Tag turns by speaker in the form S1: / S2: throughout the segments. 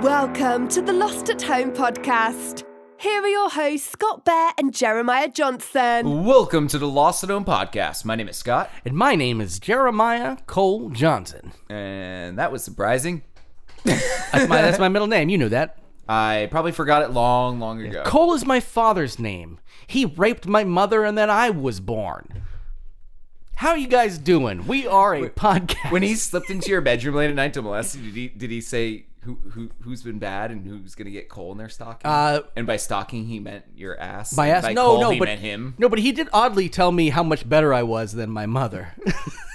S1: Welcome to the Lost at Home podcast. Here are your hosts, Scott Bear and Jeremiah Johnson.
S2: Welcome to the Lost at Home podcast. My name is Scott,
S3: And my name is Jeremiah Cole Johnson.
S2: and that was surprising.
S3: That's my, that's my middle name. You knew that.
S2: I probably forgot it long, long ago.
S3: Cole is my father's name. He raped my mother and then I was born. How you guys doing? We are a podcast.
S2: when he slipped into your bedroom late at night to molest you, did he, did he say who, who, who's been bad and who's going to get coal in their stocking?
S3: Uh,
S2: and by stocking, he meant your ass.
S3: My
S2: and
S3: ass.
S2: By
S3: No,
S2: coal,
S3: no,
S2: he
S3: but
S2: meant him.
S3: no, but he did oddly tell me how much better I was than my mother.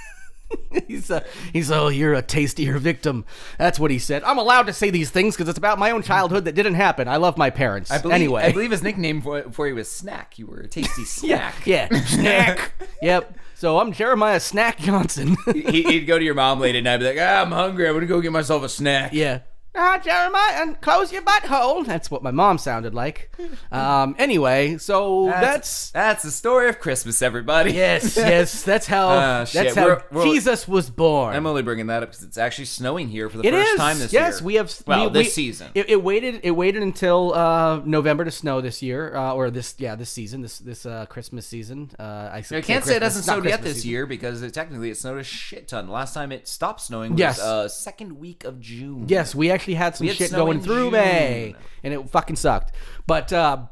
S3: he's uh, he's oh, you're a tastier victim. That's what he said. I'm allowed to say these things because it's about my own childhood that didn't happen. I love my parents.
S2: I believe,
S3: anyway,
S2: I believe his nickname for, before he was Snack. You were a tasty snack.
S3: yeah, snack. yep. So I'm Jeremiah Snack Johnson.
S2: he, he'd go to your mom late at night and be like, ah, I'm hungry. I'm going to go get myself a snack.
S3: Yeah. Ah, Jeremiah, and close your butthole. That's what my mom sounded like. Um, anyway, so
S2: That's,
S3: that's,
S2: that's the story of Christmas, everybody.
S3: yes, yes, that's how
S2: Ah, shit,
S3: that's how
S2: we're- we're-
S3: Jesus was born.
S2: I'm only bringing that up because it's actually snowing here for the
S3: It is.
S2: first time this year.
S3: yes, we have.
S2: well
S3: we,
S2: this
S3: we-
S2: season.
S3: It, it waited. It waited until uh, November to snow this year, uh, or this yeah, this season, this this uh, Christmas season. Uh, I,
S2: I can't say it hasn't snowed yet this year because it, technically it snowed a shit ton. Last time it stopped snowing was
S3: Yes.
S2: uh, second week of June.
S3: Yes, we actually had some
S2: had
S3: shit
S2: snow
S3: going
S2: in
S3: through
S2: June.
S3: May, and it fucking sucked. But uh,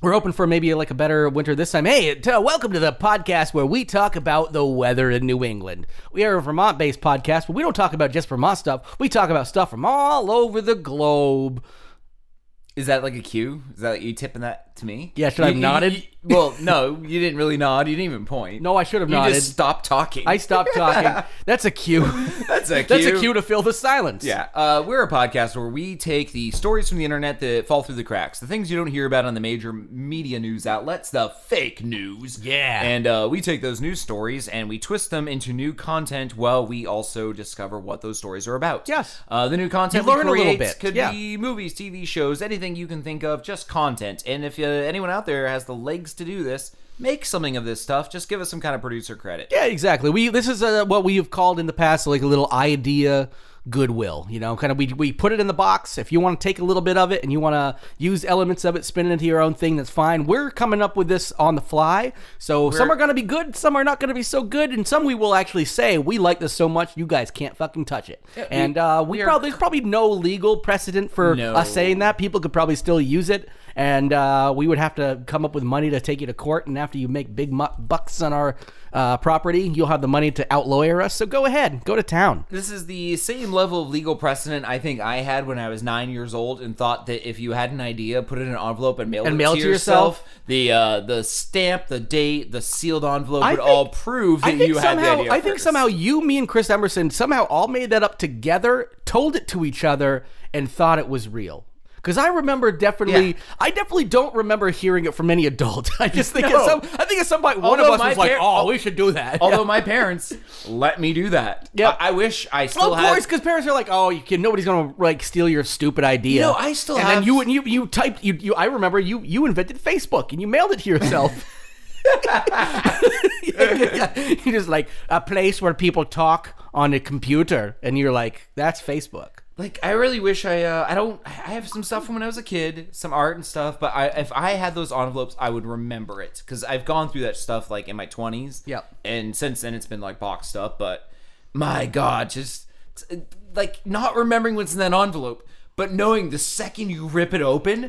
S3: we're hoping for maybe like a better winter this time. Hey, t- welcome to the podcast where we talk about the weather in New England. We are a Vermont-based podcast, but we don't talk about just Vermont stuff. We talk about stuff from all over the globe.
S2: Is that like a cue? Is that like you tipping that to me?
S3: Yeah, should
S2: You-
S3: I have
S2: you-
S3: nodded?
S2: you- well, no, you didn't really nod. You didn't even point.
S3: No, I should have
S2: you
S3: nodded.
S2: just stopped talking.
S3: I stopped talking. That's a cue.
S2: That's a cue.
S3: That's a cue to fill the silence.
S2: Yeah, uh, we're a podcast where we take the stories from the internet that fall through the cracks, the things you don't hear about on the major media news outlets, the fake news.
S3: Yeah.
S2: And uh, we take those news stories and we twist them into new content while we also discover what those stories are about.
S3: Yes.
S2: Uh, the new content
S3: You learn a
S2: we
S3: little
S2: create
S3: bit,
S2: could
S3: yeah.
S2: be movies, TV shows, anything you can think of, just content. And if uh, anyone out there has the legs to do this, make something of this stuff. Just give us some kind of producer credit.
S3: Yeah, exactly. We this is uh what we have called in the past like a little idea goodwill. You know, kind of we we put it in the box. If you want to take a little bit of it and you want to use elements of it, spin it into your own thing, that's fine. We're coming up with this on the fly, so some are going to be good, some are not going to be so good, and some we will actually say we like this so much you guys can't fucking touch it. and uh, we,
S2: we are-
S3: probably there's probably no legal precedent for
S2: No.
S3: us saying that. People could probably still use it. And uh, we would have to come up with money to take you to court. And after you make big mu- bucks on our uh, property, you'll have the money to outlawyer us. So go ahead, go to town.
S2: This is the same level of legal precedent I think I had when I was nine years old and thought that if you had an idea, put it in an envelope and mail,
S3: And
S2: it,
S3: mail
S2: to
S3: it to yourself.
S2: The uh, the stamp, the date, the sealed envelope
S3: I
S2: would
S3: think-
S2: all prove that
S3: I think
S2: you had the
S3: somehow,
S2: idea.
S3: I think
S2: first.
S3: somehow you, me, and Chris Emerson somehow all made that up together, told it to each other, and thought it was real. Because I remember definitely,
S2: Yeah.
S3: I definitely don't remember hearing it from any adult. I just think at
S2: No.
S3: some, I think at some point one of
S2: Although
S3: us
S2: my
S3: was like,
S2: par-
S3: "Oh, we should do that."
S2: Although my parents let me do that.
S3: Yeah.
S2: I, I wish I
S3: Well,
S2: still
S3: of
S2: had.
S3: course, because parents are like, "Oh, you can, nobody's gonna like steal your stupid idea."
S2: know, I still
S3: and
S2: have-
S3: then you and you you typed you, you I remember you you invented Facebook and you mailed it to yourself. you just like a place where people talk on a computer, and you're like, "That's Facebook."
S2: Like I really wish I uh, I don't I have some stuff from when I was a kid, some art and stuff, but I if I had those envelopes, I would remember it cuz I've gone through that stuff like in my 20s.
S3: Yep.
S2: And since then it's been like boxed up, but my god, just like not remembering what's in that envelope, but knowing the second you rip it open,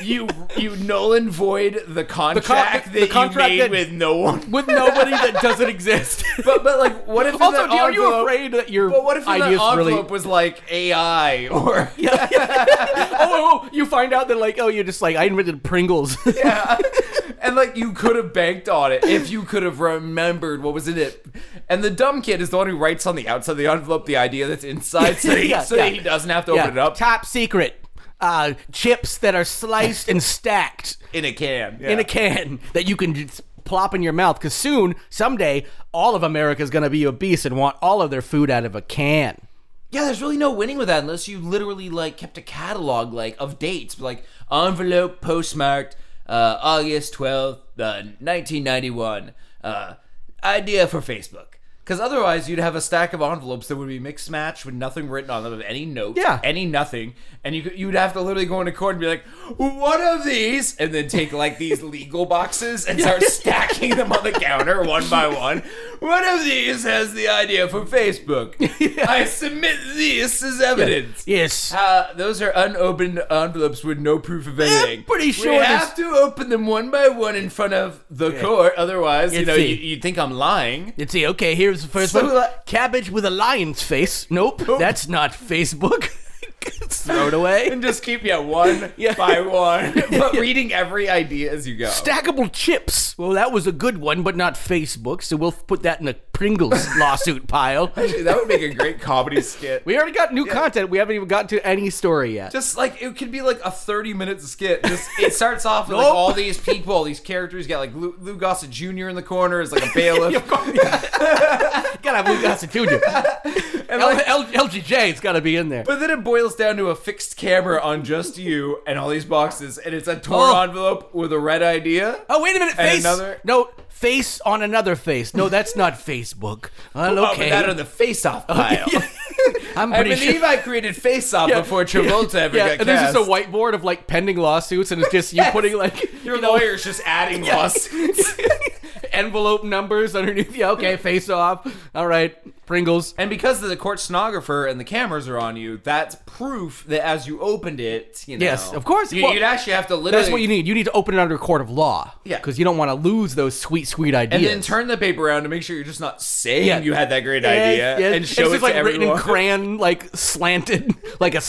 S2: you you null and void the contract that
S3: the
S2: you
S3: contract
S2: made
S3: that-
S2: with no one.
S3: With nobody that doesn't exist.
S2: But but like what if in
S3: also,
S2: that
S3: do you- are you
S2: envelope-
S3: afraid that your
S2: But what if in that
S3: ideas
S2: envelope
S3: really?
S2: was like AI or
S3: oh, oh, oh, you find out that like, oh, you're just like I invented Pringles.
S2: Yeah. and like you could have banked on it if you could have remembered what was in it. And the dumb kid is the one who writes on the outside of the envelope the idea that's inside so, he,
S3: Yeah,
S2: so
S3: yeah.
S2: he doesn't have to open it
S3: Yeah,
S2: up
S3: Top secret. Uh, chips that are sliced and stacked
S2: in a can.
S3: in
S2: Yeah.
S3: a can that you can just plop in your mouth. Because soon, someday, all of America is going to be obese and want all of their food out of a can.
S2: Yeah, there's really no winning with that unless you literally like kept a catalog like of dates, like envelope postmarked uh, August 12th, uh, 1991. Uh, idea for Facebook. Because otherwise, you'd have a stack of envelopes that would be mixed match with nothing written on them of any note,
S3: Yeah.
S2: any nothing, and you could- you'd have to literally go into court and be like, "One of these," and then take like these legal boxes and start stacking them on the counter one by one. One of these has the idea for Facebook. I submit this as evidence.
S3: Yes.
S2: Uh, those are unopened envelopes with no proof of anything.
S3: pretty sure
S2: we
S3: this-
S2: have to open them one by one in front of the court. Otherwise, you
S3: Let's
S2: know,
S3: see.
S2: you, you'd think I'm lying.
S3: Let's see. Okay, here's the first
S2: So
S3: one.
S2: that-
S3: Cabbage with a lion's face. Nope, that's not Facebook. Throw it away.
S2: And just keep yeah one
S3: Yeah.
S2: by one, but
S3: Yeah.
S2: reading every idea as you go.
S3: Stackable chips. Well, that was a good one, but not Facebook. So we'll put that in a Pringles lawsuit pile.
S2: Actually, that would make a great comedy skit.
S3: We already got new content. We haven't even gotten to any story yet.
S2: just like it could be like a 30 minute skit just it starts off with like
S3: Nope.
S2: all these people these characters you got like lou, lou gossett jr in the corner is like a bailiff
S3: gotta have Luke Gossett Jr.
S2: and
S3: L-
S2: like,
S3: L- LGJ, it's gotta be in there.
S2: but then it boils down to a fixed camera on just you and all these boxes and it's a torn
S3: Oh.
S2: envelope with a red idea
S3: Oh wait a minute,
S2: And
S3: face.
S2: another-
S3: No, face on another face. No, that's not Facebook. Well,
S2: Oh, but
S3: okay. Oh,
S2: not on the face off pile
S3: I'm
S2: I
S3: pretty
S2: believe
S3: sure.
S2: I created Face Off before Travolta ever
S3: yeah,
S2: got
S3: and there's
S2: cast.
S3: just a whiteboard of like pending lawsuits, and it's just you
S2: Yes.
S3: putting like
S2: Your
S3: you know,
S2: lawyer's just adding lawsuits.
S3: envelope numbers underneath. Yeah, okay, face off. All right, Pringles.
S2: And because the court stenographer and the cameras are on you, that's proof that as you opened it, you know.
S3: Yes, of course.
S2: You,
S3: Well,
S2: would actually have to literally.
S3: That's what you need. You need to open it under a court of law.
S2: Yeah.
S3: because you don't want to lose those sweet, sweet
S2: And
S3: ideas.
S2: then turn the paper around to make sure you're just not saying
S3: Yeah.
S2: you had that great
S3: Yeah,
S2: idea
S3: yeah.
S2: and show
S3: it's
S2: it
S3: just
S2: to
S3: like
S2: everyone.
S3: written in crayon, like slanted, like a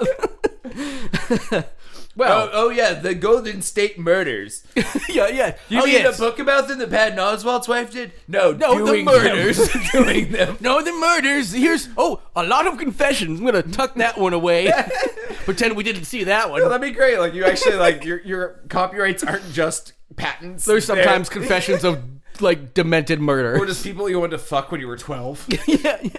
S3: sociopath. well,
S2: Oh, oh yeah, the Golden State Murders.
S3: yeah, yeah.
S2: You
S3: oh,
S2: need
S3: yes.
S2: a book about them that Patton Oswald's wife did? No,
S3: No, the
S2: doing
S3: murders.
S2: them. doing them.
S3: No, the murders. Here's oh, a lot of confessions. I'm gonna tuck that one away. Pretend we didn't see that one.
S2: That'd be great. Like you actually like your your copyrights aren't just patents.
S3: There's sometimes
S2: They're-
S3: confessions of like demented
S2: or
S3: murder.
S2: just people you wanted to fuck when you were twelve.
S3: yeah, yeah.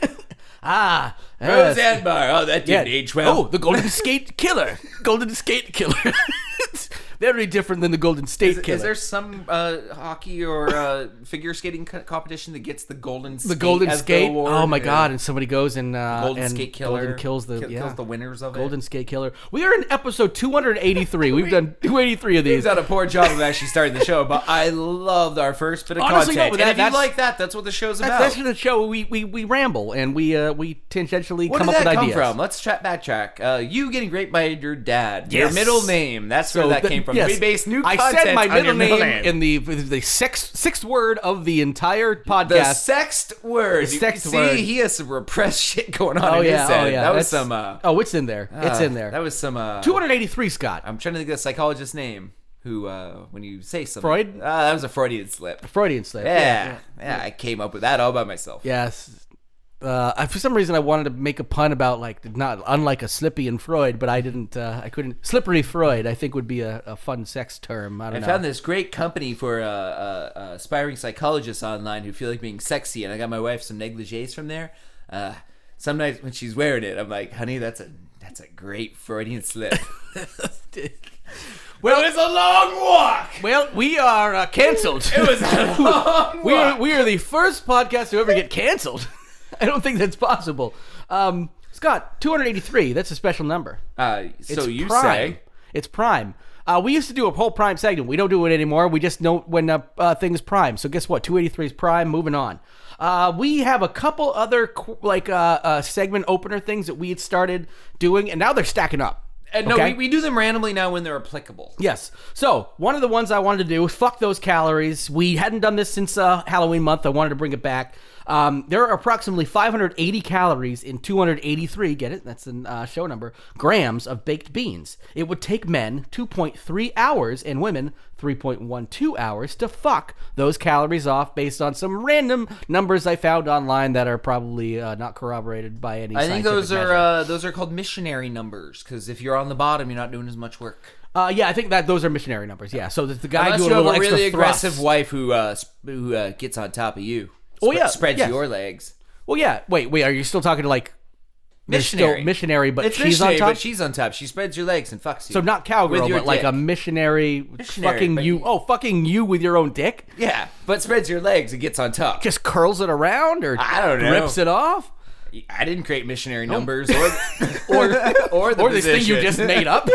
S3: Ah, yes.
S2: Roseanne Barr. Oh, that didn't age well.
S3: Oh, the Golden Skate Killer. Golden Skate Killer. it's very different than the Golden State
S2: Is-
S3: Killer.
S2: Is there some uh, hockey or uh, figure skating co- competition that gets the golden skate
S3: the golden
S2: as the
S3: skate.
S2: award?
S3: oh my
S2: Yeah.
S3: god! And somebody goes and uh,
S2: golden
S3: and
S2: skate killer
S3: Golden kills the
S2: kill-
S3: yeah.
S2: kills the winners of
S3: golden
S2: it.
S3: skate killer. We are in episode 283. We've done 283 of
S2: He's
S3: these.
S2: done a poor job of actually starting the show, but I loved our first bit of
S3: Honestly, no,
S2: content. and
S3: but that-
S2: if you
S3: that's-
S2: like that, that's what the show's about.
S3: That's the show. We, we we ramble and we uh, we tangentially
S2: Where
S3: come
S2: did
S3: up
S2: that
S3: with
S2: come
S3: ideas.
S2: from? Let's tra- backtrack. Uh, you getting raped by your dad. Your
S3: Yes.
S2: middle name. That's where that
S3: the-
S2: came from.
S3: yes.
S2: We based new
S3: I
S2: content
S3: said my
S2: on your
S3: middle name,
S2: middle
S3: in the the sixth sixth word of the entire podcast.
S2: The sexed word.
S3: The sexed
S2: See,
S3: word.
S2: he has some repressed shit going on
S3: oh
S2: in
S3: yeah,
S2: his
S3: oh
S2: head.
S3: yeah.
S2: that was
S3: that's-
S2: some. Uh,
S3: oh, it's in there. it's
S2: Uh,
S3: in there.
S2: That was some uh,
S3: 283 Scott.
S2: I'm trying to think of the psychologist's name who, uh, when you say something,
S3: Freud?
S2: Uh, that was a Freudian slip.
S3: Freudian slip.
S2: Yeah, yeah, I came up with that all by myself.
S3: Yes. Uh, I, for some reason, I wanted to make a pun about like not unlike a slippy and Freud, but I didn't. Uh, I couldn't. Slippery Freud, I think, would be a, a fun sex term. I don't
S2: I
S3: know.
S2: found this great company for uh, uh, uh, aspiring psychologists online who feel like being sexy, and I got my wife some negligees from there. Uh, some nights when she's wearing it, I'm like, "Honey, that's a that's a great Freudian slip." well, it's a long walk.
S3: well, we are uh, canceled.
S2: It was a long
S3: we are
S2: walk.
S3: we are the first podcast to ever get canceled. I don't think that's possible. Um, Scott, 283. That's a special number.
S2: Uh, so
S3: It's
S2: you
S3: prime.
S2: say
S3: it's prime. Uh, we used to do a whole prime segment. We don't do it anymore. We just know when uh, uh, things prime. So guess what? Two eighty three is prime. Moving on. Uh, we have a couple other qu- like uh, uh, segment opener things that we had started doing, and now they're stacking up.
S2: And no,
S3: Okay?
S2: we, we do them randomly now when they're applicable.
S3: Yes. So one of the ones I wanted to do was fuck those calories. We hadn't done this since uh, Halloween month. I wanted to bring it back. Um, there are approximately 580 calories in 283. Get it? That's a uh, show number. Grams of baked beans. It would take men 2.3 hours and women 3.12 hours to fuck those calories off based on some random numbers I found online that are probably uh, not corroborated by any.
S2: I think
S3: scientific
S2: those are
S3: measure.
S2: uh, those are called missionary numbers because if you're on the bottom, you're not doing as much work.
S3: Uh, yeah, I think that those are missionary numbers. Yeah. So the, the guy
S2: Unless
S3: doing
S2: you
S3: a
S2: have
S3: little
S2: a
S3: extra
S2: really
S3: thrust.
S2: aggressive wife who uh, sp- who uh, gets on top of you.
S3: Oh,
S2: Sp-
S3: yeah,
S2: spreads
S3: yes.
S2: your legs.
S3: Well, yeah. Wait, wait. Are you still talking to like There's still
S2: Missionary.
S3: missionary, but
S2: it's
S3: she's
S2: missionary,
S3: on top.
S2: but she's on top. She spreads your legs and fucks you.
S3: so not cowgirl,
S2: With your
S3: but like a
S2: dick.
S3: missionary,
S2: Missionary,
S3: fucking
S2: but-
S3: you. Oh, fucking you with your own dick.
S2: yeah, but spreads your legs and gets on top.
S3: Just curls it around or
S2: I don't know.
S3: rips it off
S2: I didn't create missionary numbers or or or the
S3: or this thing you
S2: position.
S3: just made up.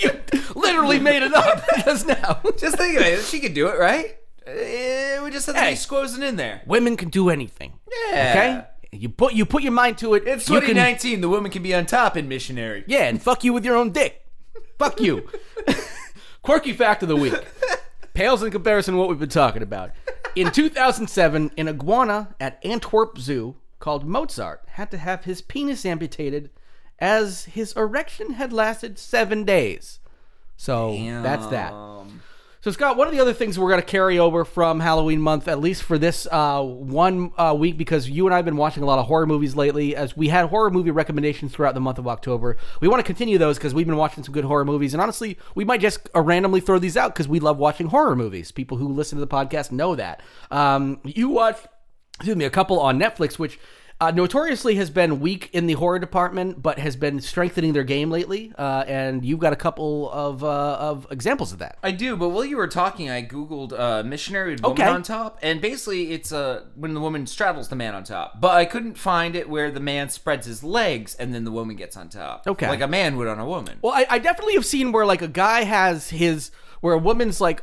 S3: you literally made it up because now
S2: Just think of it. She could do it, right? Eh, we just had to
S3: Hey.
S2: be squozing in there.
S3: women can do anything.
S2: Yeah.
S3: Okay, you put you put your mind to it.
S2: It's
S3: you can-
S2: 2019. The woman can be on top in missionary.
S3: Yeah, and fuck you with your own dick. Fuck you. Quirky fact of the week. Pales in comparison to what we've been talking about. In 2007, an iguana at Antwerp Zoo called Mozart had to have his penis amputated as his erection had lasted seven days. So that's that.
S2: Um,
S3: So Scott, one of the other things we're going to carry over from Halloween month, at least for this uh, one uh, week, because you and I have been watching a lot of horror movies lately. As we had horror movie recommendations throughout the month of October, we want to continue those because we've been watching some good horror movies. And honestly, we might just uh, randomly throw these out because we love watching horror movies. People who listen to the podcast know that. Um, you watched, excuse me, a couple on Netflix, which. Uh, notoriously has been weak in the horror department, but has been strengthening their game lately. Uh, and you've got a couple of uh, of examples of that.
S2: I do, but while you were talking, I googled uh, missionary with woman
S3: Okay.
S2: on top, and basically it's uh, when the woman straddles the man on top. But I couldn't find it where the man spreads his legs and then the woman gets on top.
S3: Okay.
S2: like a man would on a woman.
S3: Well, I, I definitely have seen where like a guy has his where a woman's like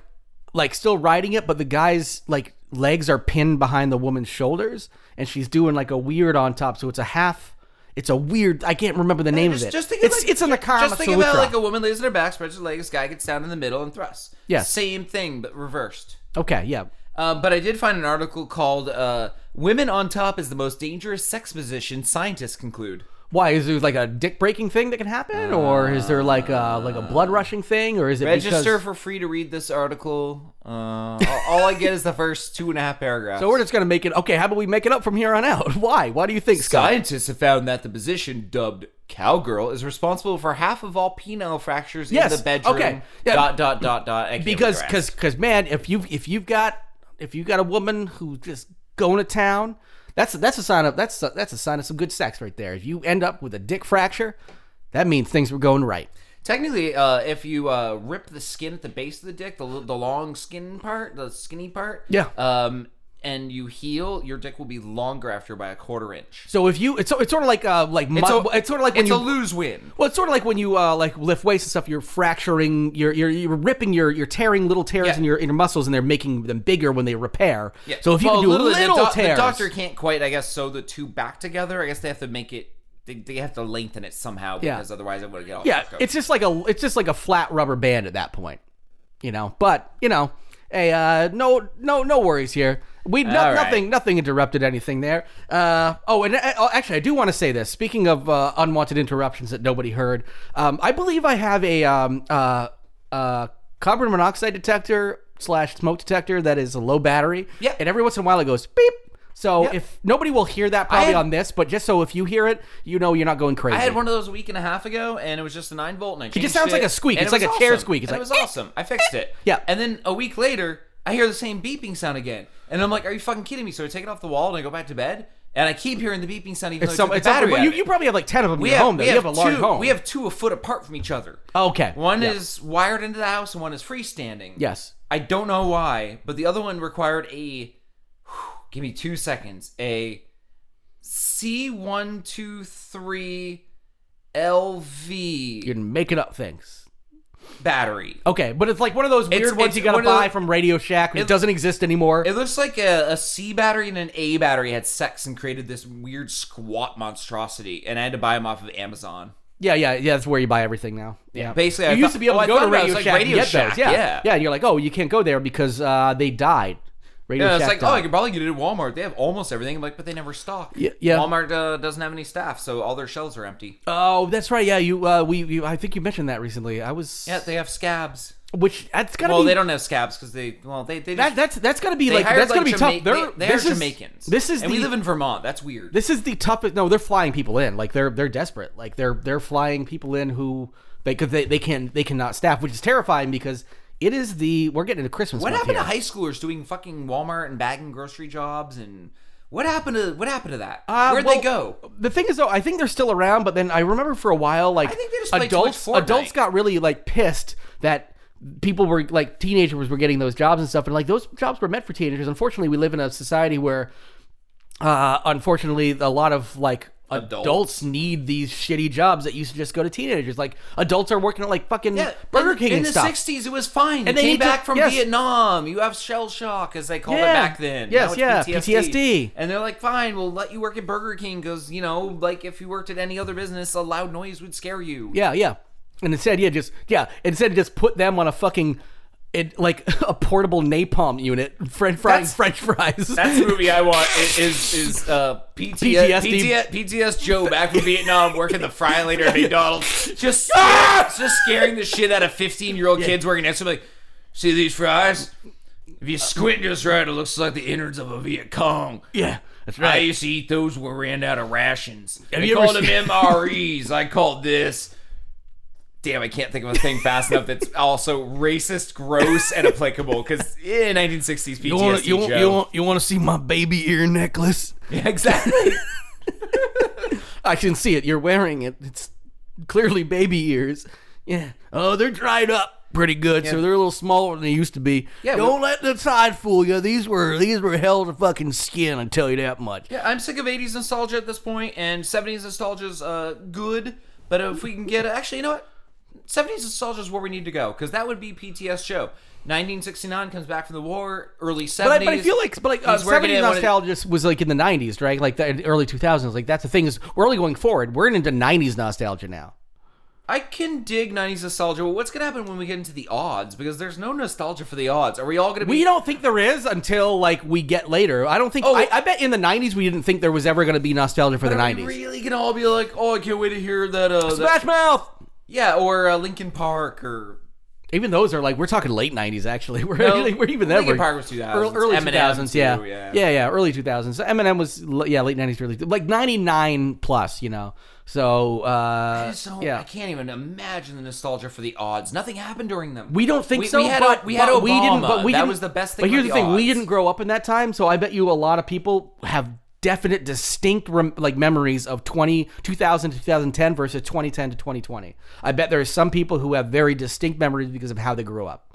S3: like still riding it, but the guy's like legs are pinned behind the woman's shoulders, and she's doing like a weird on top. So it's a half. It's a weird. I can't remember the name
S2: just,
S3: of it.
S2: Just think
S3: it's
S2: of like,
S3: it's in the Kama
S2: Just think
S3: Sutra.
S2: about like a woman lays on her back, spreads her legs, guy gets down in the middle and thrusts.
S3: Yes.
S2: Same thing, but reversed.
S3: okay, yeah.
S2: Uh, but I did find an article called uh, "Women on Top is the Most Dangerous Sex Position," scientists conclude.
S3: Why is there like a dick breaking thing that can happen, or is there like a like a blood rushing thing, or is it
S2: Register
S3: Because,
S2: for free to read this article. Uh, all, all I get is the first two and a half paragraphs.
S3: so we're just gonna make it. Okay, how about we make it up from here on out? Why? Why do you think, Scott?
S2: Scientists have found that the position dubbed cowgirl is responsible for half of all penile fractures
S3: Yes,
S2: in the bedroom.
S3: okay, yeah.
S2: Dot dot dot dot. I can't
S3: because
S2: remember.
S3: because because man if you if you've got if you got a woman who just going to town that's that's a sign of that's a, that's a sign of some good sex right there if you end up with a dick fracture that means things were going right
S2: Technically, uh, if you uh, rip the skin at the base of the dick, the, li- the long skin part, the skinny part,
S3: Yeah.
S2: um, and you heal, your dick will be longer after by a quarter inch.
S3: so if you it's, so- it's sort of like uh like it's, it's sort of like when
S2: it's
S3: you
S2: a lose win.
S3: well, it's sort of like when you uh, like lift weights and stuff. You're fracturing, you're you're, you're ripping your you're tearing little tears
S2: Yeah.
S3: in your in your muscles, and they're making them bigger when they repair.
S2: Yeah.
S3: So if you
S2: Well,
S3: can do little
S2: literally, the doc-
S3: tears,
S2: the doctor can't quite, I guess, sew the two back together. I guess they have to make it. They, they have to lengthen it somehow
S3: Yeah.
S2: because otherwise it would get all
S3: Yeah,
S2: fucked up.
S3: it's just like a it's just like a flat rubber band at that point, you know. But you know, hey, uh, no, no, no worries here. We no,
S2: All right.
S3: nothing, nothing interrupted anything there. Uh, oh, and uh, oh, actually, I do want to say this. Speaking of uh, unwanted interruptions that nobody heard, um, I believe I have a um, uh, uh, carbon monoxide detector slash smoke detector that is a low battery.
S2: Yep.
S3: and every once in a while it goes beep. So
S2: Yep.
S3: if nobody will hear that probably
S2: had-
S3: on this, but just so if you hear it, you know you're not going crazy.
S2: I had one of those a week and a half ago, and it was just a nine volt. And I it
S3: just sounds like a squeak.
S2: and
S3: It's
S2: it
S3: like
S2: was
S3: a chair
S2: awesome.
S3: squeak. It's
S2: And
S3: like,
S2: it was awesome. I fixed it.
S3: Yeah.
S2: And then a week later, I hear the same beeping sound again, and I'm like, "Are you fucking kidding me?" So I take it off the wall and I go back to bed, and I keep hearing the beeping sound even
S3: It's
S2: though I
S3: some,
S2: took
S3: it's
S2: the battery.
S3: some,
S2: out
S3: you,
S2: of
S3: you
S2: it.
S3: probably have like ten of them
S2: we
S3: at
S2: have,
S3: home. Though
S2: we
S3: you have,
S2: have
S3: a large
S2: two,
S3: home.
S2: We have two a foot apart from each other.
S3: okay.
S2: One
S3: Yeah.
S2: is wired into the house, and one is freestanding.
S3: yes.
S2: I don't know why, but the other one required a. Give me two seconds. A C one two three LV
S3: You're making up things.
S2: battery.
S3: Okay, but it's like one of those weird
S2: It's-
S3: ones
S2: it's
S3: you gotta
S2: one of
S3: buy
S2: the-
S3: from Radio Shack. It,
S2: It-
S3: doesn't exist anymore.
S2: It looks like a, a C battery and an A battery had sex and created this weird squat monstrosity, and I had to buy them off of Amazon.
S3: yeah, yeah, yeah. That's where you buy everything now. Yeah.
S2: basically,
S3: you
S2: I
S3: used
S2: thought-
S3: to be able
S2: oh,
S3: to
S2: I
S3: go to
S2: thought about it,
S3: Radio
S2: it's like
S3: Shack
S2: Radio
S3: and get
S2: Shack,
S3: those. Yeah.
S2: yeah.
S3: and you're like, oh, you can't go there because uh, they died. Radio
S2: Yeah, it's
S3: Shack.
S2: like, oh,
S3: died.
S2: I could probably get it at Walmart. They have almost everything. I'm like, but they never stock.
S3: Yeah, yeah.
S2: Walmart uh, doesn't have any staff, so all their shelves are empty.
S3: oh, that's right. Yeah, you. Uh, we. You, I think you mentioned that recently. I was.
S2: Yeah, they have scabs.
S3: Which that's gotta
S2: Well,
S3: be.
S2: they don't have scabs because they well they they
S3: that,
S2: just,
S3: that's that's gotta be
S2: they
S3: like
S2: hired,
S3: that's gonna be
S2: Jama-
S3: tough. They're,
S2: they, they're
S3: this is-
S2: Jamaicans.
S3: this is
S2: and
S3: the
S2: we live in Vermont. That's weird.
S3: this is the toughest. No, they're flying people in. Like they're they're desperate. Like they're they're flying people in who they because they, they can they cannot staff, which is terrifying because it is the we're getting into Christmas.
S2: what
S3: month
S2: happened
S3: here.
S2: to high schoolers doing fucking Walmart and bagging grocery jobs and What happened to what happened to that?
S3: Uh,
S2: Where'd they
S3: well,
S2: go?
S3: The thing is, though, I think they're still around. But then I remember for a while, like
S2: think they just played too much
S3: adults,
S2: Fortnite.
S3: adults got really like pissed that people were like teenagers were getting those jobs and stuff, and like those jobs were meant for teenagers. Unfortunately, we live in a society where, uh, unfortunately, a lot of like. Adults.
S2: Adults.
S3: need these shitty jobs that used to just go to teenagers. Like adults are working at like fucking
S2: Yeah,
S3: Burger
S2: in-
S3: King
S2: in
S3: and
S2: the
S3: stuff.
S2: '60s, it was fine.
S3: And
S2: And
S3: they
S2: they
S3: need
S2: came
S3: to-
S2: back from
S3: yes.
S2: Vietnam. You have shell shock, as they called
S3: Yeah.
S2: it back then.
S3: Yes,
S2: Now it's
S3: yeah,
S2: PTSD.
S3: PTSD.
S2: And they're like, fine, we'll let you work at Burger King because you know, like if you worked at any other business, a loud noise would scare you.
S3: Yeah, yeah. And instead, yeah, just yeah. Instead, just put them on a fucking, it like a portable napalm unit, French frying
S2: That's-
S3: French fries.
S2: That's the movie I want i- is is uh, PTS,
S3: PTSD.
S2: PTS, PTS Joe back from Vietnam working the fry later at McDonald's, Ah! just scare, just scaring the shit out of fifteen year old kids working next to him. Like, see these fries? If you squint just right, it looks like the innards of a Viet Cong.
S3: yeah, that's
S2: I
S3: right.
S2: used to eat those when we ran out of rations.
S3: Have
S2: I
S3: you ever
S2: called them
S3: seen-
S2: MREs. I called this. Damn, I can't think of a thing fast enough that's also racist, gross, and applicable. eh, Because in 1960s PTSD,
S3: you want you want
S2: Joe.
S3: you want you want to see my baby ear necklace?
S2: Yeah, exactly.
S3: I can see it. You're wearing it. It's clearly baby ears. Yeah. Oh, they're dried up pretty good, so they're a little smaller than they used to be.
S2: Yeah,
S3: Don't
S2: we-
S3: let the tide fool you. These were these were hell to fucking skin. I tell you that much.
S2: yeah, I'm sick of 80s nostalgia at this point, and 70s nostalgia's uh, good. But if we can get actually, you know what? 70s nostalgia is where we need to go because that would be PTS Joe. 1969 comes back from the war, early 70s.
S3: But I, but I feel like, but like uh,
S2: He's working
S3: seventies
S2: in one of the-
S3: nostalgia was like in the nineties, right? Like the in the early two thousands. Like that's the thing is, we're only going forward. We're into nineties nostalgia now.
S2: I can dig 90s nostalgia. But what's going to happen when we get into the odds? Because there's no nostalgia for the odds. Are we all going to be.
S3: We don't think there is until like we get later. I don't think. I, I bet in the nineties we didn't think there was ever going to be nostalgia for the
S2: are we
S3: nineties.
S2: really going to all be like, oh, I can't wait to hear that. Uh, that
S3: Smash Mouth.
S2: yeah, or uh, Linkin Park or.
S3: Even those are like we're talking late nineties. Actually, we're
S2: No,
S3: really, we're even then
S2: Linkin
S3: we're-
S2: Park was 2000s.
S3: early two
S2: Eminem
S3: thousands. Yeah.
S2: too,
S3: yeah,
S2: yeah.
S3: yeah, early two thousands. So Eminem was l- yeah late nineties, early like ninety nine plus. You know, so uh,
S2: I just don't-
S3: yeah.
S2: I can't even imagine the nostalgia for the odds. Nothing happened during them.
S3: We don't think
S2: we,
S3: so.
S2: We had,
S3: but
S2: we had
S3: but
S2: Obama.
S3: we didn't. But we
S2: that
S3: didn't,
S2: was the best thing.
S3: But here's
S2: for
S3: the thing: we
S2: odds.
S3: didn't grow up in that time, so I bet you a lot of people have definite, distinct rem- like memories of 20, 2000 to 2010 versus 2010 to 2020. I bet there are some people who have very distinct memories because of how they grew up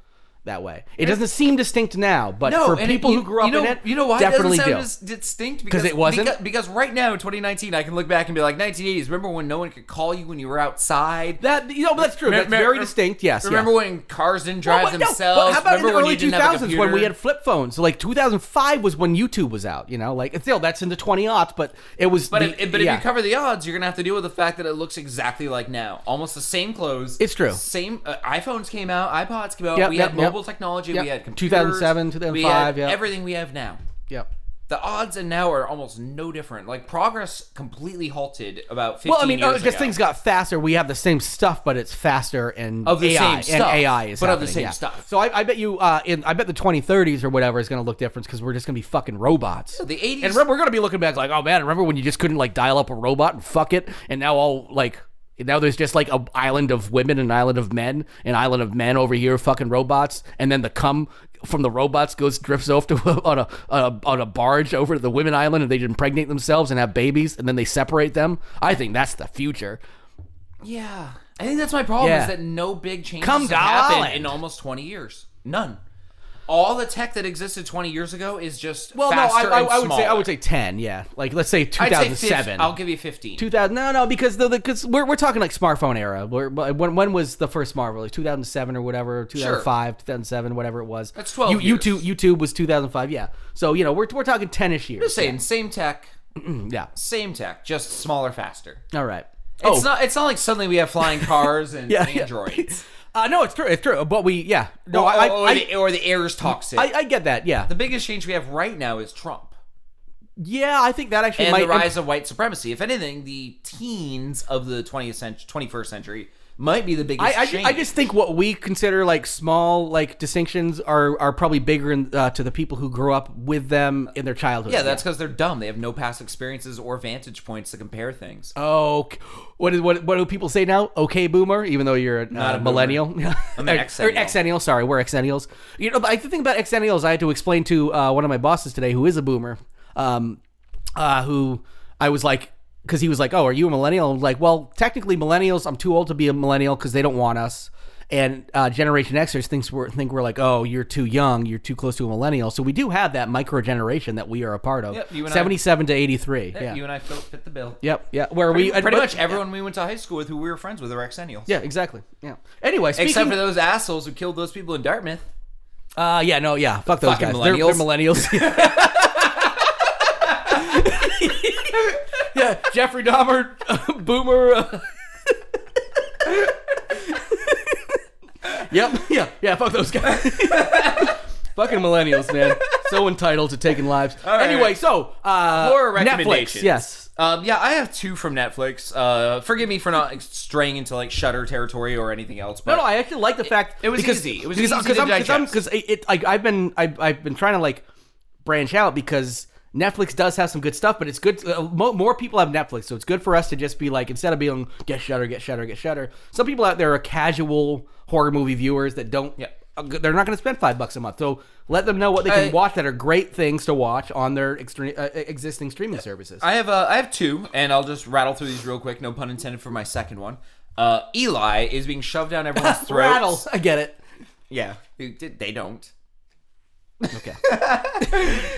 S3: that way. It doesn't seem distinct now, but
S2: No,
S3: for
S2: and it-
S3: people
S2: you-
S3: who grew up
S2: you know,
S3: in it,
S2: you know why
S3: definitely
S2: it
S3: do.
S2: doesn't sound as distinct because
S3: it wasn't?
S2: beca- Because, right now, in 2019, I can look back and be like, 1980s. Remember when no one could call you when you were outside?
S3: that you know, but that's true. That's
S2: Me- me-
S3: very distinct. Yes.
S2: Remember
S3: yes.
S2: when cars didn't drive
S3: Well, but no,
S2: themselves?
S3: but how about
S2: Remember
S3: in the
S2: when you
S3: early
S2: didn't
S3: 2000s
S2: have a
S3: when we
S2: computer?
S3: had flip phones? So like 2005 was when YouTube was out. You know, like still that's in the 20 aughts, but it was.
S2: But,
S3: the-
S2: if, but if
S3: yeah.
S2: you cover the odds, you're gonna have to deal with the fact that it looks exactly like now, almost the same clothes.
S3: It's true.
S2: Same uh, iPhones came out, iPods came out.
S3: Yep,
S2: we
S3: yep,
S2: had
S3: yep.
S2: mobile technology.
S3: Yep.
S2: We had computers.
S3: 2007,
S2: We had
S3: 2005, yep.
S2: everything we have now.
S3: Yep.
S2: The odds and now are almost no different. Like progress completely halted about 15
S3: Well, I mean,
S2: years
S3: uh, just
S2: ago.
S3: things got faster. We have the same stuff, but it's faster and
S2: Of the
S3: AI,
S2: same
S3: and
S2: stuff,
S3: AI is
S2: but of the
S3: happening,
S2: same
S3: yeah.
S2: stuff.
S3: So I, I bet you, uh, in I bet the 2030s or whatever is going to look different because we're just going to be fucking robots.
S2: the 80s
S3: and remember, we're going to be looking back like, oh man, remember when you just couldn't like dial up a robot and fuck it, and now all like. Now there's just like a island of women, an island of men, an island of men over here, fucking robots, and then the cum from the robots goes drifts off to on a, on a on a barge over to the women island, and they impregnate themselves and have babies, and then they separate them. I think that's the future.
S2: Yeah, I think that's my problem
S3: Yeah.
S2: is that no big changes
S3: Come
S2: have
S3: to
S2: happened
S3: Holland.
S2: in almost 20 years. None. All the tech that existed 20 years ago is just
S3: Well,
S2: faster
S3: no, I,
S2: and
S3: I, I would say I
S2: smaller.
S3: would say ten. Yeah, like let's say two
S2: I'd say
S3: thousand
S2: 50
S3: seven.
S2: I'll give you 15.
S3: 2000 no no because the because we're, we're talking like smartphone era we're, when, when was the first marvel like 2007 or whatever 2005 2007 whatever it was
S2: That's 12
S3: you,
S2: years.
S3: youtube youtube was 2005 yeah so you know we're, we're talking 10ish years Mm,
S2: Just saying, same tech,
S3: yeah
S2: same tech, just smaller, faster.
S3: all right
S2: It's not. It's not like suddenly we have flying cars and
S3: Oh. yeah, yeah.
S2: androids.
S3: uh no it's true it's true but we yeah no
S2: or,
S3: I,
S2: or
S3: I,
S2: the, or the air is toxic.
S3: oh, I, I get that yeah
S2: oh, the biggest change we have right now is Trump
S3: yeah i think that actually
S2: and
S3: might
S2: the rise of white supremacy. If anything, the teens of the 20th century, 21st century, might be the biggest
S3: I, I, ju-
S2: change.
S3: I just think what we consider like small like distinctions are are probably bigger in, uh, to the people who grew up with them in their childhood.
S2: Yeah, that's because they're dumb. They have no past experiences or vantage points to compare things.
S3: Oh, okay. what is what? What do people say now? Okay, boomer. Even though you're a,
S2: Not
S3: uh,
S2: a boomer.
S3: millennial,
S2: I'm
S3: Or-
S2: an
S3: or
S2: Xennial.
S3: Xennial, Sorry, we're exennials. You know, but I the thing about exennials, I had to explain to uh, one of my bosses today, who is a boomer. Um, uh, who I was like, because he was like, "Oh, are you a millennial?" I'm like, well, technically, millennials. I'm too old to be a millennial because they don't want us. And uh, Generation Xers thinks we're think we're like, "Oh, you're too young. You're too close to a millennial." So we do have that micro generation that we are a part of.
S2: Yep, you and I-
S3: Seventy-seven to eighty-three. Yeah.
S2: You and I fit, fit the bill.
S3: Yep. Yeah. Where
S2: Pretty,
S3: we and-
S2: pretty
S3: but-
S2: much everyone we went to high school with who we were friends with are exennials.
S3: Yeah. Exactly. Yeah. Anyway, speaking,
S2: Except for those assholes who killed those people in Dartmouth.
S3: Uh, yeah, no, yeah. Fuck those
S2: Fucking
S3: guys. They're, they're millennials. yeah, Jeffrey Dahmer, Boomer. uh, yep, yeah, yeah. Fuck those guys. Fucking millennials, man. So entitled to taking lives.
S2: right.
S3: anyway, so uh,
S2: Horror
S3: Netflix.
S2: recommendations.
S3: Yes.
S2: Um, yeah, I have two from Netflix. Uh, forgive me for not like, straying into like Shutter territory or anything else. But
S3: No, no, I actually like the fact
S2: it was easy. It was
S3: because,
S2: easy
S3: because
S2: to
S3: I'm, because I'm-
S2: digest.
S3: 'cause it, it- I, I've been I, I've been trying to like branch out because Netflix does have some good stuff, but it's good. Uh, mo- more people have Netflix, so it's good for us to just be like instead of being get Shutter, get Shutter, get Shutter. Some people out there are casual horror movie viewers that don't.
S2: Yeah.
S3: uh, They're not going to spend five bucks a month, so let them know what they can
S2: I-
S3: watch that are great things to watch on their extre- uh, existing streaming services.
S2: I have uh, I have two, and I'll just rattle through these real quick. No pun intended for my second one. Uh, Eli is being shoved down everyone's throats.
S3: Rattle, I get it.
S2: Yeah, who did- they don't.
S3: Okay.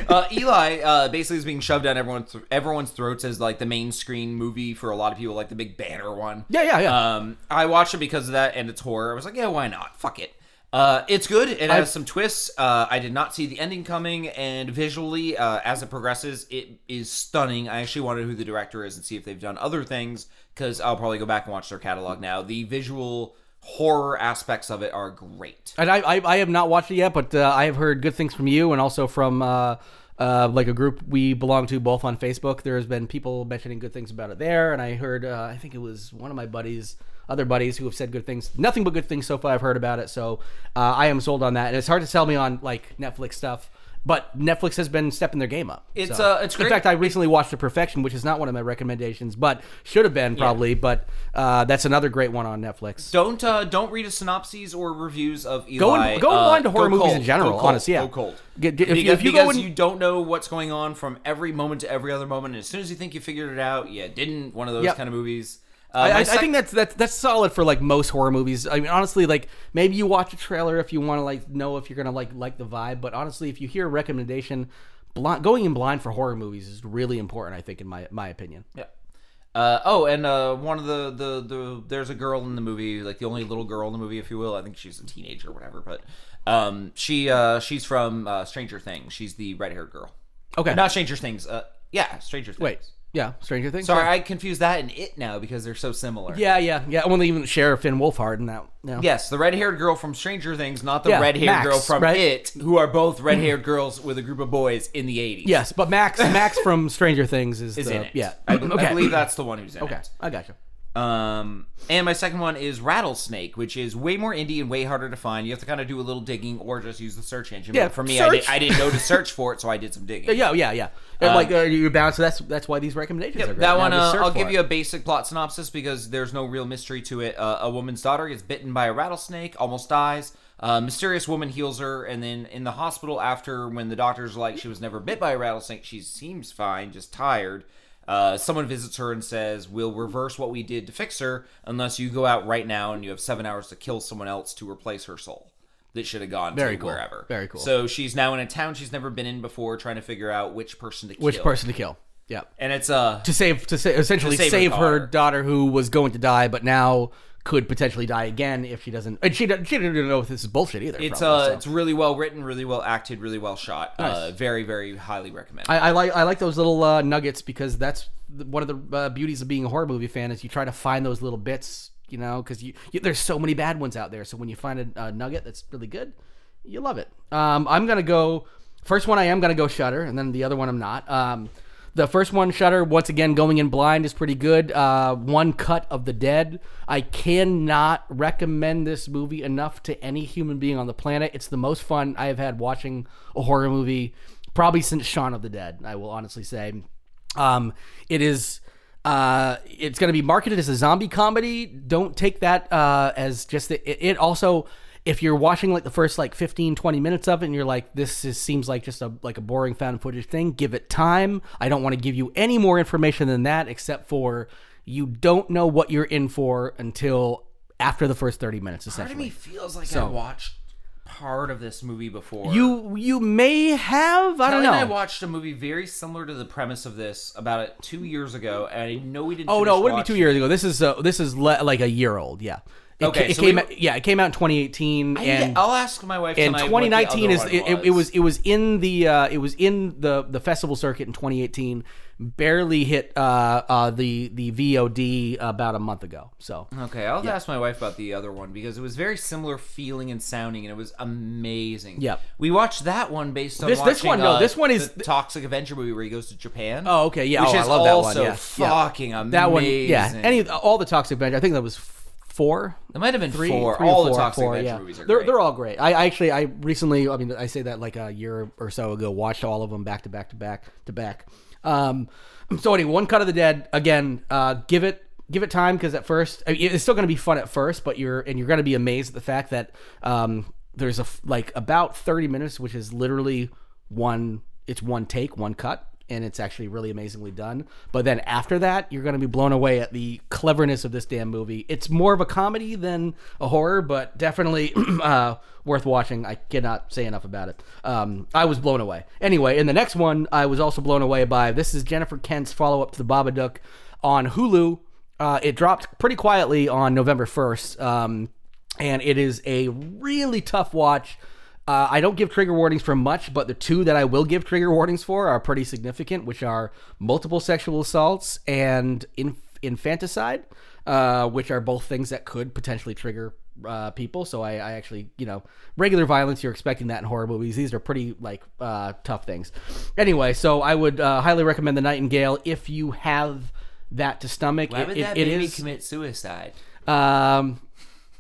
S2: uh, Eli uh, basically is being shoved down everyone's everyone's throats as like the main screen movie for a lot of people, like the big banner one.
S3: Yeah, yeah, yeah.
S2: Um, I watched it because of that, and it's horror. I was like, yeah, why not? Fuck it. Uh, it's good. It has some twists. Uh, I did not see the ending coming, and visually, uh, as it progresses, it is stunning. I actually wanted who the director is and see if they've done other things because I'll probably go back and watch their catalog now. The visual horror aspects of it are great.
S3: And I, I, I have not watched it yet, but uh, I have heard good things from you and also from uh, uh, like a group we belong to both on Facebook. There has been people mentioning good things about it there, and I heard uh, I think it was one of my buddies, other buddies who have said good things, nothing but good things so far. I've heard about it, so uh, I am sold on that. And it's hard to sell me on like Netflix stuff. But Netflix has been stepping their game up.
S2: It's,
S3: so.
S2: uh, it's
S3: In
S2: great.
S3: fact, I recently watched The Perfection, which is not one of my recommendations, but should have been probably. But uh, that's another great one on Netflix.
S2: Don't uh, don't read a synopses or reviews of Eli.
S3: Go and- go
S2: uh,
S3: on to horror movies in general,
S2: Go cold,
S3: honestly, yeah.
S2: go cold.
S3: Get- get- if you-
S2: because
S3: if you go
S2: because
S3: and-
S2: you don't know what's going on from every moment to every other moment, and as soon as you think you figured it out, yeah, didn't one of those
S3: Yep.
S2: kind of movies. Uh,
S3: I,
S2: my
S3: I, I
S2: sec-
S3: think that's that's that's solid for like most horror movies. I mean, honestly, like maybe you watch a trailer if you want to like know if you're gonna like like the vibe. But honestly, if you hear a recommendation, blind, going in blind for horror movies is really important. I think, in my my opinion.
S2: Yeah. Uh, oh, and uh, one of the, the the there's a girl in the movie, like the only little girl in the movie, if you will. I think she's a teenager or whatever, but um, she uh, she's from uh, Stranger Things. She's the red haired girl.
S3: Okay.
S2: Not Stranger Things. Uh, yeah, Stranger Things.
S3: Wait. Yeah. Stranger Things.
S2: Sorry, I confused that and it now because they're so similar.
S3: Yeah, yeah, yeah. Well, they even share Finn Wolfhard in that. Yeah.
S2: Yes, the red-haired girl from Stranger Things, not the
S3: Yeah,
S2: red-haired
S3: Max,
S2: girl from
S3: right?
S2: It, who are both red-haired girls with a group of boys in the '80s.
S3: Yes, but Max Max from Stranger Things is,
S2: is
S3: the,
S2: in it.
S3: Yeah.
S2: I, be-
S3: okay.
S2: I believe that's the one who's in
S3: okay.
S2: it.
S3: I gotcha.
S2: Um, and my second one is Rattlesnake, which is way more indie and way harder to find. You have to kind of do a little digging or just use the search engine.
S3: Yeah,
S2: but for me, I, did,
S3: search.
S2: I didn't know to search for it, so I did some digging.
S3: Yeah, yeah, yeah. And like uh, you're bound, so that's that's why these recommendations are great.
S2: That
S3: Now
S2: one,
S3: just
S2: uh,
S3: search
S2: I'll
S3: for
S2: give
S3: it.
S2: you a basic plot synopsis because there's no real mystery to it. Uh, a woman's daughter gets bitten by a rattlesnake, almost dies. Uh, A mysterious woman heals her, and then in the hospital after, when the doctors are like she was never bit by a rattlesnake, she seems fine, just tired. Uh, someone visits her and says, "We'll reverse what we did to fix her, unless you go out right now and you have seven hours to kill someone else to replace her soul that should have gone
S3: Very
S2: to
S3: cool.
S2: wherever."
S3: Very cool.
S2: So she's now in a town she's never been in before, trying to figure out which person to kill.
S3: which person to kill. Yeah.
S2: And it's uh,
S3: to save to sa- essentially
S2: To
S3: save,
S2: save her
S3: her,
S2: daughter.
S3: daughter who was going to die, but now could potentially die again if she doesn't. And she do- she didn't know if this is bullshit either.
S2: It's
S3: probably,
S2: uh,
S3: so.
S2: it's really well written, really well acted, really well shot. Uh, very, very highly recommended.
S3: I, I like I like those little uh, nuggets because that's the- one of the uh, beauties of being a horror movie fan is you try to find those little bits, you know, because you, you there's so many bad ones out there. So when you find a, a nugget that's really good, you love it. Um, I'm gonna go first one. I am gonna go Shutter, and then the other one I'm not. Um, the first one, Shutter, once again, going in blind is pretty good. Uh, one Cut of the Dead. I cannot recommend this movie enough to any human being on the planet. It's the most fun I have had watching a horror movie probably since Shaun of the Dead. I will honestly say, um, it is. Uh, it's going to be marketed as a zombie comedy. Don't take that uh, as just the, it, it. Also, if you're watching like the first like 15 20 minutes of it and you're like this is, seems like just a like a boring found footage thing give it time i don't want to give you any more information than that except for you don't know what you're in for until after the first 30 minutes
S2: Part of
S3: essentially
S2: me feels like I watched part of this movie before.
S3: you you may have i don't
S2: Kelly
S3: know
S2: and I watched a movie very similar to the premise of this about it two years ago, and I know we didn't.
S3: Oh no,
S2: finish
S3: it wouldn't be
S2: watching
S3: two years ago. This is uh, this is le- like a year old. Yeah. It,
S2: Okay,
S3: ca- it
S2: so
S3: came
S2: we-
S3: out, yeah, it came out in 2018,
S2: I oh,
S3: and
S2: will ask my wife.
S3: and
S2: tonight what the
S3: 2019
S2: other
S3: is
S2: one
S3: it, it, it was it was in the uh, it was in the the festival circuit in 2018. Barely hit uh, uh, the the VOD about a month ago. So
S2: Okay, I'll have to ask my wife about the other one because it was very similar feeling and sounding, and it was amazing.
S3: Yep.
S2: we watched that one based on
S3: This- this
S2: watching,
S3: one, no,
S2: uh,
S3: this one is-
S2: the Toxic Avenger movie where he goes to Japan.
S3: oh okay, yeah,
S2: which
S3: oh,
S2: is
S3: I love that one.
S2: also
S3: Yeah, yeah.
S2: fucking amazing.
S3: that one, yeah. Any all the toxic Avenger. I think that was f- four.
S2: It might have been
S3: three,
S2: four.
S3: three or
S2: all the
S3: four,
S2: Toxic
S3: four,
S2: Avenger
S3: yeah.
S2: movies are
S3: they're,
S2: great.
S3: They're all great. I, I actually, I recently, I mean, I say that like a year or so ago, watched all of them back to back to back to back. Um, so anyway, One Cut of the Dead again. Uh, give it. Give it time because at first I mean, it's still going to be fun at first, but you're and you're going to be amazed at the fact that um, there's a f- like about 30 minutes, which is literally one. It's one take, one cut, and it's actually really amazingly done. But then after that, you're going to be blown away at the cleverness of this damn movie. It's more of a comedy than a horror, but definitely uh, worth watching. I cannot say enough about it. Um, I was blown away. Anyway, in the next one, I was also blown away by this is Jennifer Kent's follow up to The Babadook on Hulu. Uh, it dropped pretty quietly on November 1st, um, and it is a really tough watch. Uh, I don't give trigger warnings for much, but the two that I will give trigger warnings for are pretty significant, which are multiple sexual assaults and inf- infanticide, uh, which are both things that could potentially trigger uh, people. So I, I actually, you know, regular violence, you're expecting that in horror movies. These are pretty, like, uh, tough things. Anyway, so I would uh, highly recommend The Nightingale if you have that to stomach.
S2: Why would
S3: It- it-
S2: that
S3: it
S2: baby
S3: is-
S2: commit suicide?
S3: um,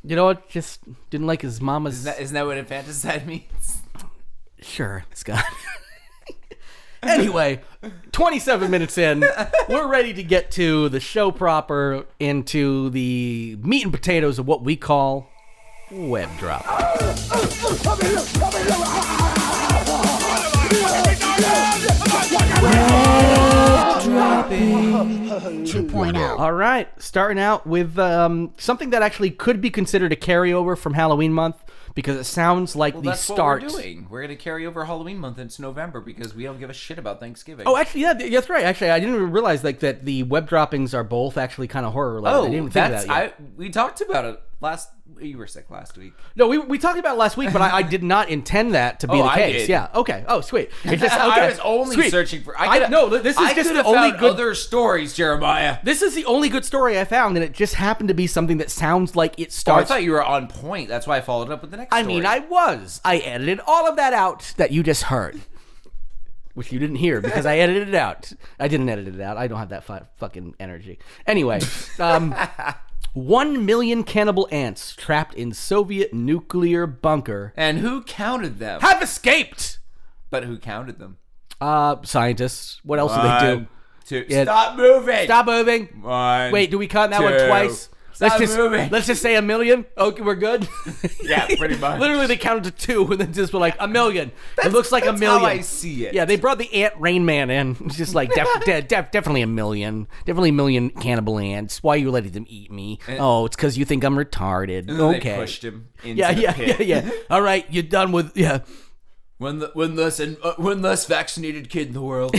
S3: you know what? Just didn't like his mama's.
S2: That, isn't that what infanticide means?
S3: Sure, Scott. anyway, 27 minutes in, we're ready to get to the show proper, into the meat and potatoes of what we call web drop. All right, starting out with um, something that actually could be considered a carryover from Halloween month because it sounds like the
S2: That's
S3: start.
S2: what we're doing. We're gonna carry over Halloween month into November because we don't give a shit about Thanksgiving.
S3: Oh, actually, yeah, th- that's right. Actually, I didn't even realize like that the web droppings are both actually kind of horror related. I
S2: Oh,
S3: didn't even think of
S2: that's
S3: that yet.
S2: I. We talked about it last. You were sick last week.
S3: No, we, we talked about it last week, but I, I did not intend that to be
S2: Oh,
S3: the
S2: I
S3: case.
S2: did.
S3: Yeah. Okay. Oh, sweet. It just-
S2: I
S3: okay.
S2: was only
S3: Sweet.
S2: searching for.
S3: I,
S2: I, coulda-
S3: no. th- This is
S2: I
S3: just
S2: coulda
S3: the only
S2: found
S3: good.
S2: other stories, Jeremiah.
S3: this is the only good story I found, and it just happened to be something that sounds like
S2: Oh,
S3: it
S2: I
S3: starts.
S2: thought you were on point. That's why I followed up with the next.
S3: I mean, I was. I edited all of that out that you just heard, which you didn't hear because I edited it out. I didn't edit it out. I don't have that fu- fucking energy. Anyway, um, one million cannibal ants trapped in Soviet nuclear bunker
S2: And who counted them?
S3: have escaped.
S2: But who counted them?
S3: Uh, scientists. What else do they do?
S2: One, two-
S3: Yeah.
S2: Stop moving.
S3: Stop moving.
S2: One,
S3: Wait, do we count that
S2: two.
S3: one twice?
S2: Stop
S3: let's just
S2: moving.
S3: let's just say a million. Okay, we're good.
S2: Yeah, pretty much.
S3: Literally, they counted to two and then just were like a million. it looks like a
S2: that's
S3: million.
S2: how I see it.
S3: Yeah, they brought the ant Rain Man in. It's just like def- de- def- definitely a million, definitely a million cannibal ants. Why are you letting them eat me? oh, it's because you think I'm
S2: And
S3: retarded.
S2: then
S3: okay.
S2: They pushed him into
S3: yeah,
S2: the
S3: yeah,
S2: pit.
S3: yeah, yeah. All right, you're done with yeah.
S2: One, the, one less and uh, one less vaccinated kid in the world.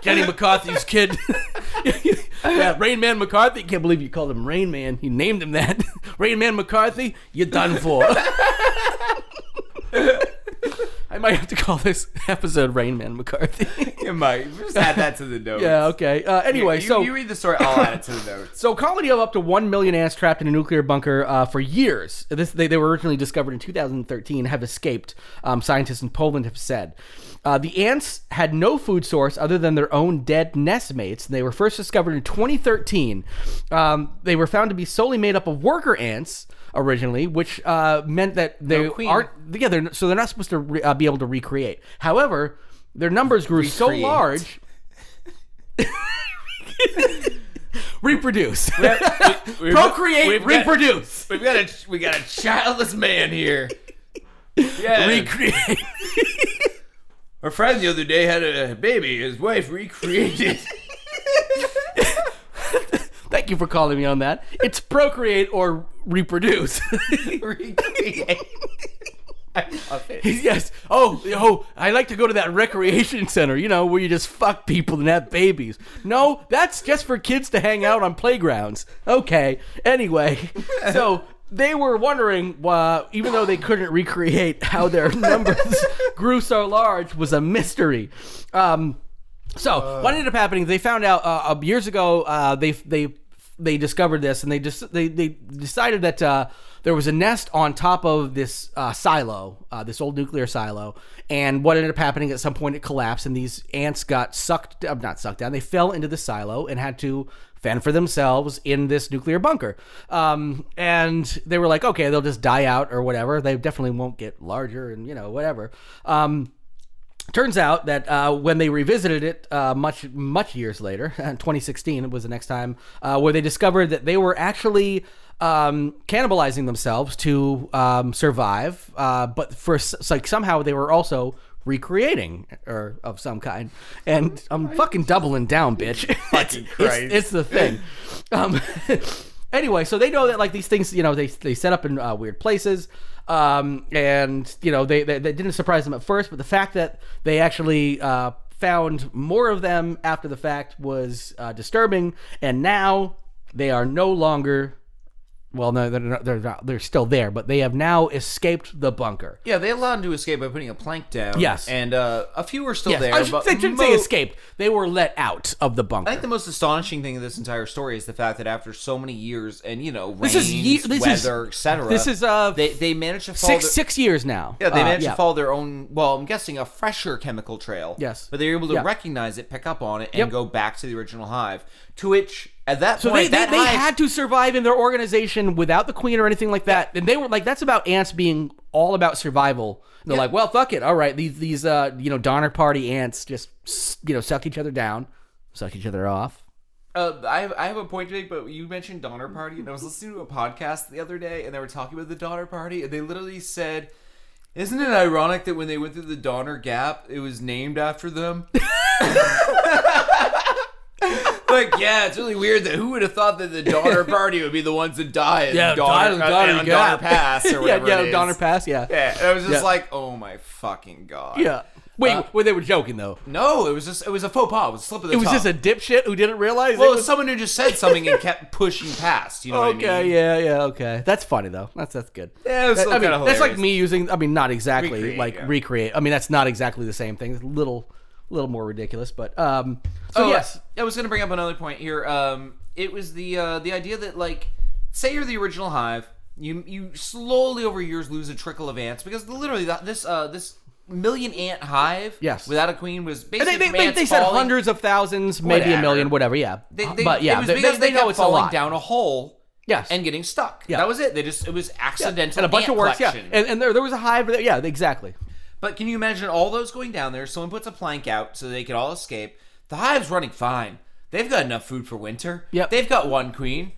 S3: Jenny McCarthy's kid. yeah, Rain Man McCarthy. Can't believe you called him Rain Man. You named him that. Rain Man McCarthy, you're done for. I might have to call this episode Rain Man McCarthy.
S2: you might just add that to the notes.
S3: yeah, okay. Uh, anyway,
S2: you,
S3: so.
S2: you read the story. I'll add it to the notes.
S3: So, colony of up to one million ants trapped in a nuclear bunker uh, for years. This they, they were originally discovered in 2013 have escaped. Um, scientists in Poland have said uh, the ants had no food source other than their own dead nestmates. They were first discovered in 2013. Um, they were found to be solely made up of worker ants originally, which uh, meant that they
S2: queen.
S3: aren't. Yeah, they're, so they're not supposed to re, uh, be able to recreate. However, their numbers grew so
S2: Recreate.
S3: large. reproduce.
S2: We've got-
S3: Procreate,
S2: we've got-
S3: reproduce,
S2: We've got a we got a childless man here. Yeah,
S3: recreate.
S2: our friend the other day had a baby. His wife recreated.
S3: Thank you for calling me on that. It's procreate or reproduce.
S2: recreate. I love it.
S3: yes. Oh, oh, I like to go to that recreation center, you know, where you just fuck people and have babies. No, that's just for kids to hang out on playgrounds. Okay. Anyway, so they were wondering, uh, even though they couldn't recreate how their numbers grew so large, was a mystery. Um, so what ended up happening? They found out uh, uh, years ago. Uh, they they they discovered this, and they just they they decided that uh, there was a nest on top of this uh, silo, uh, this old nuclear silo. And what ended up happening at some point, it collapsed, and these ants got sucked, uh, not sucked down. They fell into the silo and had to fend for themselves in this nuclear bunker. Um, and they were like, okay, they'll just die out or whatever. They definitely won't get larger, and you know whatever. Um, Turns out that uh, when they revisited it uh, much much years later, 2016 was the next time uh, where they discovered that they were actually um, cannibalizing themselves to um, survive, uh, but for s- like somehow they were also recreating or of some kind. And I'm fucking doubling down, bitch.
S2: Fucking
S3: It's-
S2: Christ.
S3: it's, it's the thing. Um, anyway, so they know that like these things, you know, they they set up in uh, weird places, um, and you know they, they they didn't surprise them at first, but the fact that they actually uh, found more of them after the fact was uh, disturbing, and now they are no longer. Well, no, they're not, they're not, they're still there, but they have now escaped the bunker.
S2: Yeah, they allowed him to escape by putting a plank down.
S3: Yes.
S2: and uh, a few were still
S3: Yes,
S2: there.
S3: I should,
S2: but
S3: they shouldn't
S2: mo-
S3: say escaped. They were let out of the bunker.
S2: I think the most astonishing thing of this entire story is the fact that after so many years, and you know, rains,
S3: This is ye- this is-
S2: weather, etc.
S3: this is, uh,
S2: they they managed to follow
S3: six
S2: their,
S3: six years now.
S2: yeah, they
S3: Uh,
S2: managed
S3: yeah.
S2: to follow their own. Well, I'm guessing a fresher chemical trail.
S3: Yes.
S2: but they were able to
S3: Yeah.
S2: recognize it, pick up on it, and
S3: Yep.
S2: go back to the original hive. To which at that
S3: So
S2: point,
S3: they, they,
S2: that
S3: they
S2: hive-
S3: had to survive in their organization without the queen or anything like that. And they were like, that's about ants being all about survival. And they're like, well, fuck it. All right. These, these uh, you know, Donner Party ants just, you know, suck each other down, suck each other off.
S2: Uh, I have, I have a point to make, but you mentioned Donner Party, and I was listening to a podcast the other day, and they were talking about the Donner Party, and they literally said, "Isn't it ironic that when they went through the Donner Gap, it was named after them?" like, yeah, it's really weird that who would have thought that the Donner Party would be the ones that die in Donner, uh, on Donner Pass or whatever
S3: yeah,
S2: it
S3: yeah,
S2: is.
S3: Donner Pass. Yeah.
S2: Yeah, and I was just
S3: Yeah.
S2: like, oh my fucking god.
S3: Yeah. Wait,
S2: Uh,
S3: well, they were joking, though.
S2: No, it was just it was a faux pas. It was a slip of the
S3: It was
S2: tongue.
S3: just a dipshit who didn't realize
S2: Well,
S3: it
S2: it's
S3: was.
S2: someone who just said something and kept pushing past. You know
S3: Okay,
S2: what I mean?
S3: yeah, yeah, okay. That's funny though. That's that's good.
S2: Yeah, it was
S3: That-
S2: still
S3: I mean,
S2: kinda
S3: that's like
S2: hilarious.
S3: me using. I mean, not exactly
S2: Recreate,
S3: like
S2: yeah.
S3: recreate. I mean, that's not exactly the same thing. It's a little, little more ridiculous. But um, so
S2: Oh
S3: yes,
S2: yes, I was going to bring up another point here. Um, it was the uh, the idea that like, say you're the original hive, you you slowly over years lose a trickle of ants because literally that, this uh, this million ant hive,
S3: Yes.
S2: without a queen was
S3: And
S2: basically
S3: they they,
S2: from
S3: they,
S2: ants
S3: they said
S2: falling-
S3: hundreds of thousands, maybe a
S2: Whatever.
S3: million, whatever. Yeah,
S2: They, they,
S3: but yeah,
S2: it was
S3: they, they,
S2: because
S3: they know
S2: kept
S3: it's a
S2: falling
S3: lot.
S2: down a hole,
S3: Yes.
S2: and getting stuck.
S3: Yeah.
S2: that was it. They just it was accidental
S3: and a bunch
S2: ant
S3: of works. Yeah,
S2: collection.
S3: and, and there, there was a hive. There. Yeah, exactly.
S2: But can you imagine all those going down there? Someone puts a plank out so they can all escape. The hive's running fine. They've got enough food for winter.
S3: Yep.
S2: They've got one queen.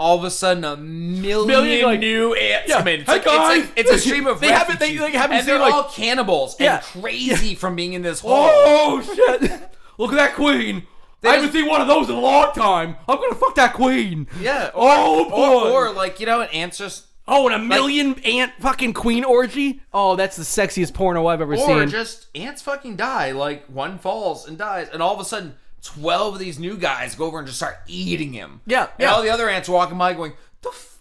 S2: All of a sudden, a million,
S3: Million, like-
S2: new ants
S3: Yeah.
S2: come in. It's,
S3: Hey,
S2: like, it's like-
S3: guys!
S2: it's a stream of
S3: They haven't-
S2: refugees.
S3: they- they haven't
S2: and
S3: seen,
S2: they're
S3: like-
S2: all cannibals
S3: Yeah.
S2: and crazy from being in this hole.
S3: Oh shit! Look at that queen. I haven't seen one of those in a long time. I'm gonna fuck that queen.
S2: Yeah. Or,
S3: Oh boy.
S2: or, like you know, an ants just
S3: Oh, and a million ant fucking queen orgy. Oh, that's the sexiest porno I've ever
S2: or
S3: seen.
S2: just ants fucking die. Like one falls and dies, and all of a sudden, twelve of these new guys go over and just start eating him.
S3: Yeah,
S2: and
S3: yeah.
S2: all the other ants walking by, going, "The fuck."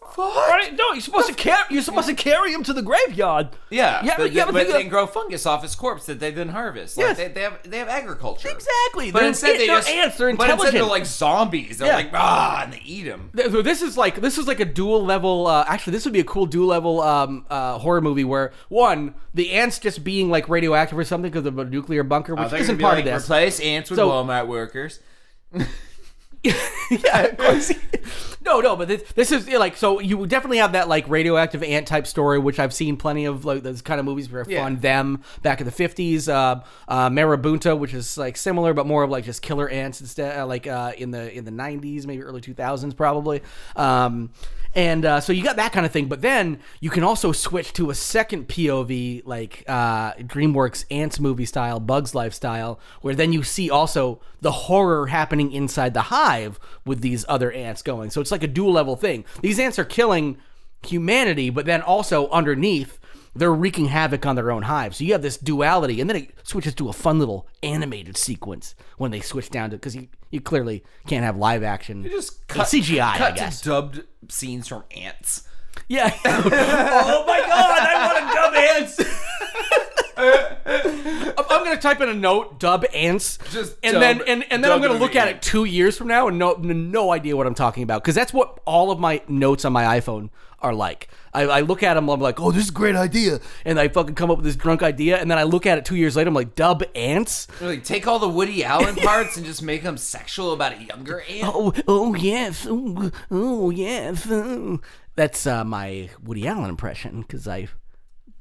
S3: no, you're supposed to carry. You're supposed to carry him to the graveyard.
S2: Yeah,
S3: Yeah,
S2: but,
S3: but- yeah, but
S2: but
S3: think
S2: they
S3: of-
S2: grow fungus off his corpse that they then harvest. Like,
S3: Yes.
S2: they, they have they have agriculture
S3: Exactly.
S2: But
S3: They're-
S2: instead they
S3: they're
S2: just
S3: ants, they're
S2: But instead
S3: intelligent.
S2: they're like zombies. They're
S3: Yeah.
S2: like ah, and they eat him.
S3: Th- So this is like this is like a dual level. Uh, actually, this would be a cool dual level um, uh, horror movie where one the ants just being like radioactive or
S2: Oh,
S3: something because of a nuclear bunker, which
S2: They're gonna
S3: isn't
S2: be
S3: part
S2: like,
S3: of this.
S2: Replace ants with
S3: So-
S2: Walmart workers.
S3: yeah, of course. no, no, but this, this is yeah, like so you would definitely have that like radioactive ant type story, which I've seen plenty of like those kind of movies were
S2: Yeah.
S3: fun. Them back in the fifties, uh, uh, Marabunta, which is like similar but more of like just killer ants instead, uh, like uh, in the in the nineties, maybe early two thousands, probably. Um, and uh, so you got that kind of thing, but then you can also switch to a second POV, like uh, DreamWorks ants movie style, Bugs lifestyle, where then you see also the horror happening inside the hive with these other ants going. So it's like a dual level thing. These ants are killing humanity, but then also underneath, they're wreaking havoc on their own hive. So you have this duality, and then it switches to a fun little animated sequence when they switch down to because you, you clearly can't have live action.
S2: Just cut,
S3: CGI, I
S2: cut
S3: guess.
S2: to dubbed scenes from ants.
S3: Yeah. oh my god, I want to dub ants. I'm, I'm gonna type in a note, dub ants,
S2: Just
S3: and
S2: dub-
S3: then and, and then I'm
S2: dub
S3: gonna look at it
S2: ants.
S3: two years from now and no n- no idea what I'm talking about because that's what all of my notes on my iPhone are like. I, I look at them, I'm like, oh, this is a great idea, and I fucking come up with this drunk idea, and then I look at it two years later, I'm like, dub ants.
S2: They're like, take all the Woody Allen parts and just make them sexual about a younger ant.
S3: Oh, oh yes, oh, oh yes. oh. That's uh, my Woody Allen impression because I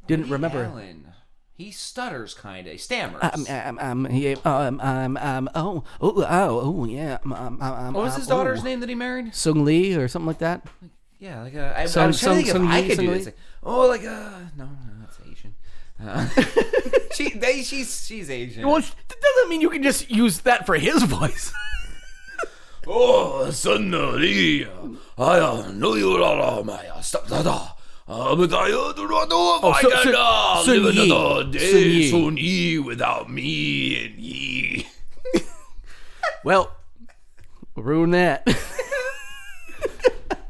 S3: didn't remember.
S2: Allen, he stutters kind of, stammers.
S3: Um, um, um, yeah, um, um, um, oh, oh, oh, oh, yeah. Um, um, um,
S2: what was his daughter's name that he married?
S3: Sung Lee or something like that.
S2: Yeah, like a, I, I
S3: Sung-
S2: was trying to
S3: Sung-
S2: think
S3: Sung
S2: if I
S3: Yi,
S2: could
S3: Sung
S2: do
S3: Yi?
S2: this. Like, oh, like uh, no, no, that's Asian. Uh, she, they, she's, she's Asian.
S3: Oh, Well, that doesn't mean you can just use that for his voice.
S2: Oh, suddenly, I uh, know you are my uh, stepdaughter. Uh, but I uh, do not know if I
S3: Sun-
S2: can
S3: Sun-
S2: uh,
S3: Sun
S2: live
S3: Yi.
S2: another
S3: Sun
S2: day
S3: Yi.
S2: Sun Yi without me and Yi.
S3: well, ruin that.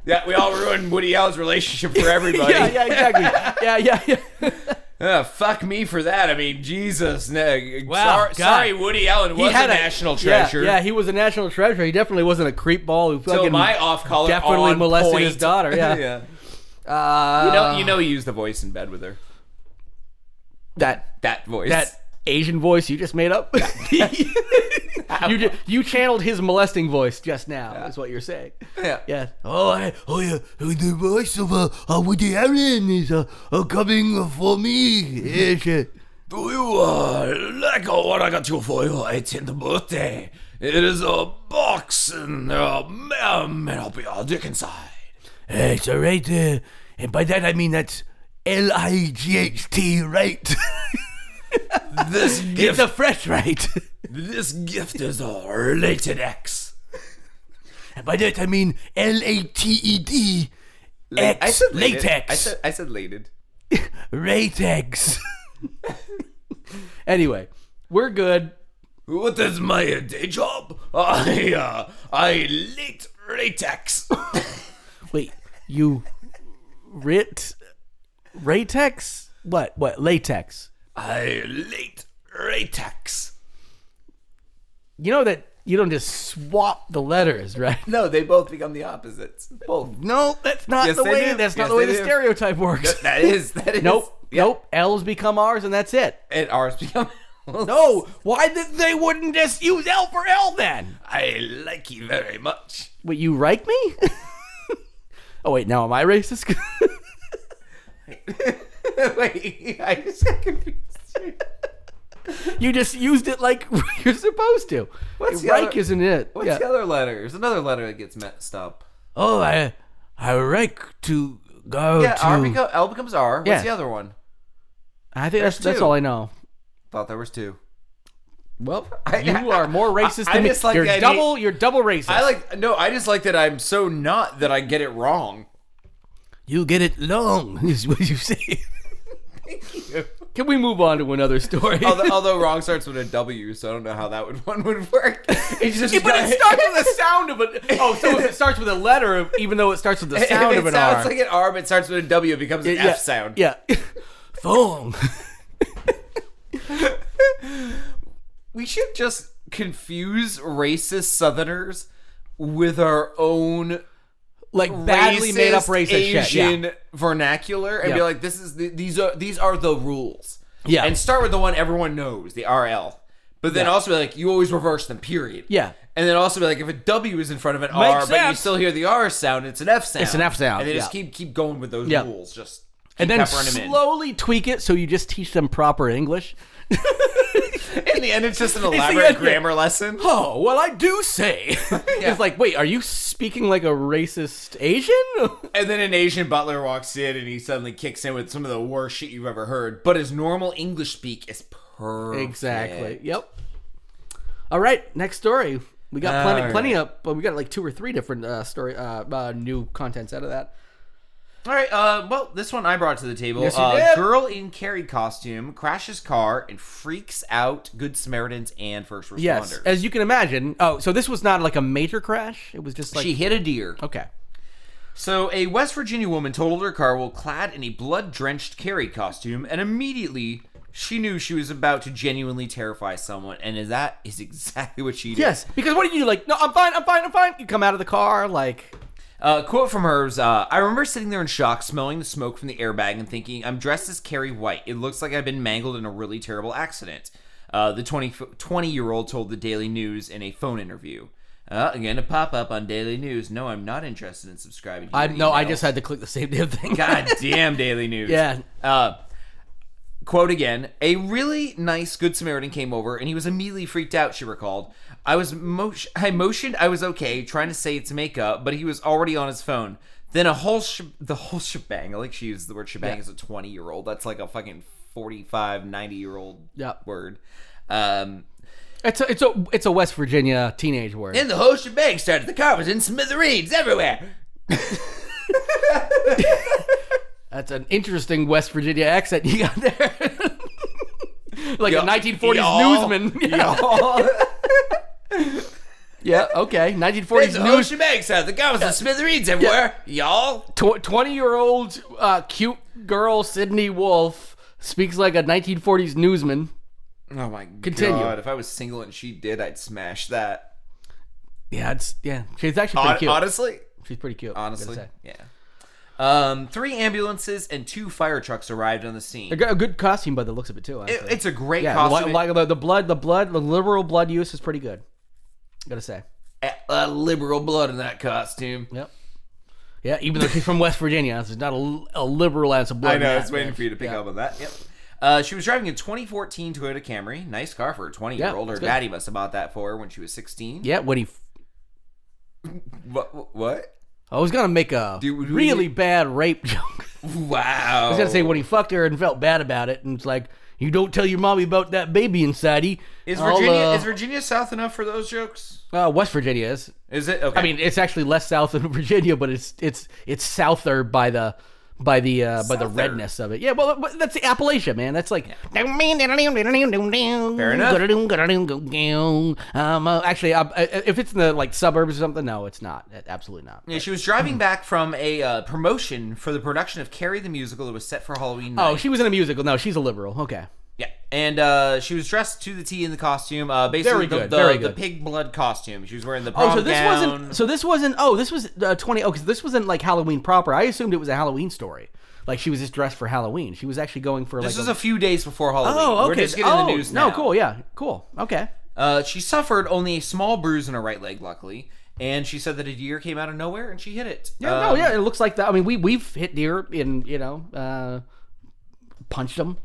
S2: Yeah, we all ruined Woody Allen's relationship for everybody.
S3: yeah, yeah, exactly. yeah, yeah, yeah.
S2: Uh, fuck me for that. I mean, Jesus. No,
S3: Wow,
S2: sorry,
S3: God.
S2: sorry, Woody Allen was a national treasure.
S3: Yeah, yeah, he was a national treasure. He definitely wasn't a creep ball who
S2: So
S3: fucking
S2: my off color
S3: definitely molested his daughter. Yeah. Uh,
S2: You know, you know, he used the voice in bed with her.
S3: that
S2: That voice.
S3: that Asian voice you just made up. you ju- you channeled his molesting voice just now. Is what you're saying.
S2: Yeah.
S3: Yeah.
S4: Oh, I, oh yeah, uh, the voice of uh, uh, Woody Allen is uh, uh, coming uh, for me. Yes, uh,
S2: Do you uh, like uh, what I got you for your 18th birthday? It is a box, and there uh, may, may not be a dick inside.
S4: uh, it's all right. Uh, and by that I mean that's L I G H T, right?
S2: This gift,
S4: fresh right.
S2: this gift is a related X.
S4: and by that I mean L A T E D. X, latex.
S2: I said lated.
S4: Ratex.
S3: Anyway, we're good.
S2: What is my uh, day job? I uh, I late latex.
S3: Wait, you writ Raytex? What? What? Latex?
S2: I late latex.
S3: You know that you don't just swap the letters, right?
S2: No, they both become the opposites. Both.
S3: No, that's not
S2: Yes,
S3: the
S2: they
S3: way.
S2: do.
S3: That's not
S2: Yes,
S3: the way
S2: they
S3: the
S2: do.
S3: stereotype works.
S2: That is that is.
S3: Nope. Nope. L's become R's, and that's it.
S2: And ours become.
S3: No, why did they wouldn't just use L for L then?
S2: I like you very much.
S3: Wait, you like me? oh wait, now am I racist?
S2: Wait, I just got confused.
S3: you just used it like you're supposed to.
S2: What's the
S3: Reich
S2: other-
S3: isn't it?
S2: What's
S3: yeah.
S2: the other letter? There's another letter that gets messed up.
S4: oh, I, I like to go
S2: Yeah,
S4: to.
S2: R become, L becomes R. What's
S3: Oh, Yeah.
S2: the other one?
S3: I think that's
S2: There's
S3: that's
S2: two.
S3: all I know.
S2: Thought there was two.
S3: Well,
S2: I-
S3: you are more racist
S2: I- I
S3: than me.
S2: just like
S3: you're
S2: the idea-
S3: double. You're double racist.
S2: I like no. I just like that I'm so not that I get it wrong.
S4: You get it long, is what you say.
S3: Can we move on to another story?
S2: although, although wrong starts with a W, so I don't know how that would one would work. It's just
S3: Yeah, but it
S2: got-
S3: starts with the sound of a. Oh, so if it starts with a letter, even though it starts with the
S2: If
S3: sound
S2: it
S3: of an
S2: sounds
S3: R.
S2: like an R, but it starts with a W. It becomes an
S3: yeah,
S2: F sound.
S3: Yeah.
S4: Thong.
S2: We should just confuse racist Southerners with our own
S3: Like badly made up racist
S2: Asian
S3: shit. Yeah.
S2: vernacular and
S3: Yeah.
S2: be like, "This is the, these are these are the rules."
S3: Yeah.
S2: and start with the one everyone knows, the RL. But then also be like, you always reverse them, period.
S3: Yeah.
S2: And then also be like, if a W is in front of an R,
S3: Makes
S2: but you
S3: sense.
S2: still hear the R sound, it's an F sound.
S3: It's an F sound,
S2: And they just
S3: yeah.
S2: keep keep going with those
S3: Yeah.
S2: rules. Just
S3: and
S2: keep
S3: then
S2: peppering 'em in.
S3: slowly tweak it so you just teach them proper English.
S2: In the end, it's just an
S3: the
S2: elaborate
S3: end.
S2: grammar lesson.
S3: Oh, well, I do say.
S2: Yeah.
S3: It's like, wait, are you speaking like a racist Asian?
S2: And then an Asian butler walks in and he suddenly kicks in with some of the worst shit you've ever heard. But his normal English speak is perfect.
S3: exactly. Yep. All right, next story. We got plenty,
S2: All
S3: plenty of, but we got like two or three different uh, story, uh, uh, new contents out of that.
S2: All right. Uh, well, this one I brought to the table.
S3: Yes, you
S2: uh,
S3: did.
S2: Girl in carry costume crashes car and freaks out Good Samaritans and first responders.
S3: Yes, as you can imagine. Oh, so this was not like a major crash. It was just like
S2: she hit a deer.
S3: okay.
S2: So, a West Virginia woman totaled her car while clad in a blood drenched carry costume, and immediately she knew she was about to genuinely terrify someone, and that is exactly what she did.
S3: Yes, because what do you do? Like, no, I'm fine, I'm fine, I'm fine. You come out of the car, like,
S2: Uh, quote from her is uh, I remember sitting there in shock, smelling the smoke from the airbag, and thinking, I'm dressed as Carrie White. It looks like I've been mangled in a really terrible accident. Uh, the 20, 20 year old told the Daily News in a phone interview. Uh, again, a pop up on Daily News. No, I'm not interested in subscribing to
S3: I
S2: your
S3: no, I
S2: emails."
S3: just had to click the same damn thing.
S2: God damn Daily News.
S3: Yeah.
S2: Uh, quote again A really nice Good Samaritan came over and he was immediately freaked out, she recalled. I was mo- I motioned I was okay, trying to say it's makeup, but he was already on his phone. Then a whole sh- the whole shebang. I like she used the word shebang as a 20 year old. That's like a fucking 45, 90 year old
S3: Yeah.
S2: word. Um,
S3: It's a, it's a it's a West Virginia teenage word.
S2: and the whole shebang started. The car was in smithereens everywhere.
S3: That's an interesting West Virginia accent you got there. like
S2: Yeah.
S3: a 1940s
S2: Y'all.
S3: newsman. Yeah.
S2: Y'all.
S3: yeah, okay. 1940s
S2: the whole
S3: news
S2: shebang started. The car was in smithereens everywhere. Y'all.
S3: tw- 20-year-old uh, cute girl Sydney Wolf speaks like a 1940s newsman.
S2: Oh my
S3: Continue.
S2: god! If I was single and she did, I'd smash that.
S3: Yeah, it's yeah. She's actually pretty
S2: Hon-
S3: cute.
S2: honestly,
S3: She's pretty cute. I gotta
S2: honestly,
S3: say.
S2: yeah. Um, three ambulances and two fire trucks arrived on the scene.
S3: A g- a good costume by the looks of it too.
S2: It-
S3: actually.
S2: it's a great
S3: yeah,
S2: costume.
S3: Like, like the, the blood, the blood, the liberal blood use is pretty good. Gotta say.
S2: a, a liberal blood in that costume.
S3: Yep. Yeah, even though she's from West Virginia, so she's not a, a liberal ass of blood.
S2: I know. I
S3: in
S2: was
S3: that,
S2: waiting
S3: man.
S2: for you to pick
S3: Yeah.
S2: up on that. Yep. Uh, she was driving a 2014 Toyota Camry. Nice car for a 20 year old.
S3: Yeah,
S2: Her
S3: it's good.
S2: daddy must have bought that for her when she was 16.
S3: Yeah, when he. f-
S2: What? What?
S3: I was oh, gonna make a
S2: Do- do we
S3: really
S2: need-
S3: bad rape joke.
S2: Wow.
S3: I was gonna say
S2: Oh.
S3: when he fucked her and felt bad about it, and it's like, you don't tell your mommy about that baby inside he.
S2: is
S3: I'll,
S2: Virginia
S3: uh,
S2: is Virginia South enough for those jokes?
S3: uh, West Virginia is.
S2: Is it? Okay.
S3: I mean, it's actually less south than Virginia, but it's it's it's souther by the by the uh, by the
S2: Souther.
S3: redness of it. Yeah, well, but that's the Appalachia, man. That's like fair
S2: enough.
S3: Um, uh, actually, uh, if it's in the like suburbs or something, no, it's not. Absolutely not.
S2: Yeah, she was driving back from a uh, promotion for the production of Carrie the Musical that was set for Halloween night.
S3: Oh, she was in a musical. No, she's a liberal. Okay.
S2: yeah. And uh, she was dressed to the T in the costume. Uh, basically,
S3: Very
S2: the,
S3: good,
S2: the,
S3: very
S2: the
S3: good.
S2: pig blood costume. She was wearing the prom
S3: Oh, so this
S2: gown.
S3: wasn't. So this wasn't. Oh, this was uh, twenty. Oh, because this wasn't like Halloween proper. I assumed it was a Halloween story. Like she was just dressed for Halloween. She was actually going for like.
S2: this was
S3: a-
S2: a few days before Halloween.
S3: Oh, okay.
S2: We're just getting
S3: oh,
S2: the news
S3: No,
S2: now.
S3: cool. Yeah, cool. Okay.
S2: Uh, she suffered only a small bruise in her right leg, luckily. And she said that a deer came out of nowhere and she hit it.
S3: Yeah, no,
S2: Um,
S3: yeah. It looks like that. I mean, we we've hit deer and you know uh, punched them.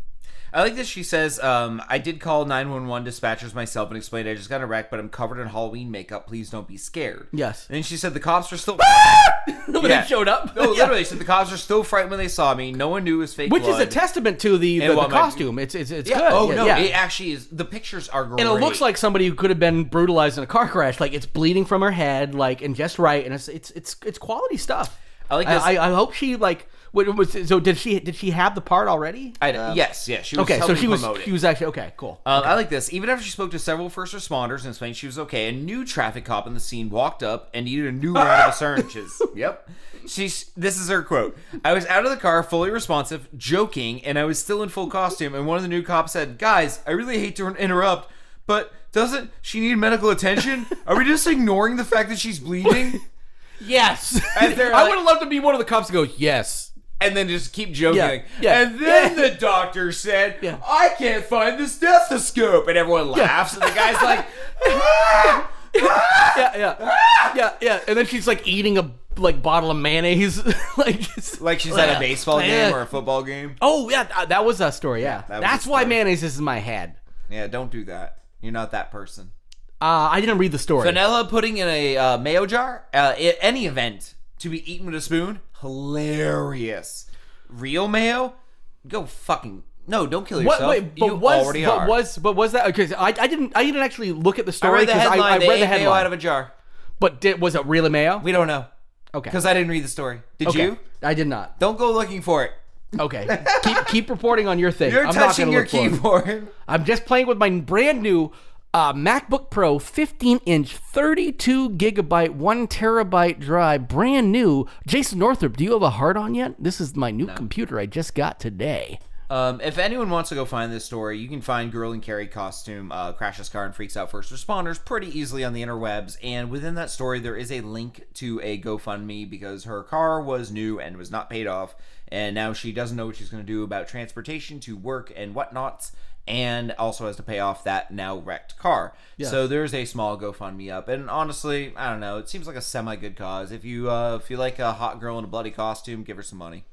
S2: I like this. She says, um, I did call 911 dispatchers myself and explained I just got a wreck, but I'm covered in Halloween makeup. Please don't be scared.
S3: Yes.
S2: And then she said the cops are still.
S3: when
S2: Yeah.
S3: they showed up.
S2: No, literally, she said the cops are still frightened when they saw me. No one knew it was fake.
S3: Which is
S2: blood.
S3: a testament to the, the,
S2: And
S3: the
S2: what might-
S3: costume. It's it's it's
S2: Yeah.
S3: good.
S2: Oh
S3: yeah,
S2: no,
S3: yeah.
S2: it actually is. The pictures are great.
S3: and it looks like somebody who could have been brutalized in a car crash. Like it's bleeding from her head, like and just right. And it's it's it's it's quality stuff.
S2: I like this-
S3: I, I, I hope she like. What it was so? Did she did she have the part already? Uh,
S2: I, yes, yes. She was
S3: okay, so
S2: helping
S3: she was
S2: promote it.
S3: she was actually okay. Cool.
S2: Um, I like this. Even after she spoke to several first responders and explained she was okay, a new traffic cop in the scene walked up and needed a new round of assurances. yep. She's. This is her quote. I was out of the car, fully responsive, joking, and I was still in full costume. And one of the new cops said, "Guys, I really hate to interrupt, but doesn't she need medical attention? Are we just ignoring the fact that she's bleeding?"
S3: yes,
S2: And they're
S3: I
S2: like-
S3: would have loved to be one of the cops who goes yes.
S2: and then just keep joking.
S3: Yeah,
S2: like,
S3: yeah,
S2: and then
S3: yeah.
S2: the doctor said,
S3: Yeah.
S2: I can't find the stethoscope. And everyone laughs, and the guy's like, "Ah!"
S3: yeah, yeah, yeah, yeah. And then she's like eating a like bottle of mayonnaise, like. it's-
S2: like she's at a baseball
S3: Yeah.
S2: game or a football game.
S3: Oh yeah, th- that was a story. Yeah,
S2: that was
S3: that's
S2: a
S3: why
S2: story.
S3: mayonnaise is in my head.
S2: Yeah, don't do that. You're not that person.
S3: Uh, I didn't read the story.
S2: Vanilla pudding in a uh, mayo jar, uh, i- any event to be eaten with a spoon, hilarious. Real mayo, go fucking no! Don't kill yourself.
S3: What? Wait, but
S2: you
S3: was
S2: already
S3: but
S2: are.
S3: was but was that? Because I, I didn't I didn't actually look at the
S2: I
S3: story.
S2: read the
S3: 'cause
S2: headline.
S3: I, I
S2: they
S3: read the
S2: ate
S3: headline.
S2: mayo out of a jar.
S3: but did, was it really mayo?
S2: We don't know
S3: okay.
S2: because I didn't read the story. Did
S3: okay.
S2: you?
S3: I did not.
S2: Don't go looking for it.
S3: Okay. keep keep reporting on your thing.
S2: You're
S3: I'm not
S2: touching
S3: gonna
S2: your
S3: look for it.
S2: keyboard.
S3: I'm just playing with my brand new uh, MacBook Pro 15 inch, 32 gigabyte, one terabyte drive, brand new. Jason Northrup, do you have a heart on yet? This is my new computer I just got today.
S2: Um, if anyone wants to go find this story, you can find Girl and Carrie costume, uh, crashes car and freaks out first responders pretty easily on the interwebs. And within that story, there is a link to a GoFundMe because her car was new and was not paid off, and now she doesn't know what she's going to do about transportation to work and whatnots, and also has to pay off that now wrecked car. So there's a small GoFundMe up, and honestly, I don't know. It seems like a semi good cause. If you uh, feel like a hot girl in a bloody costume, give her some money.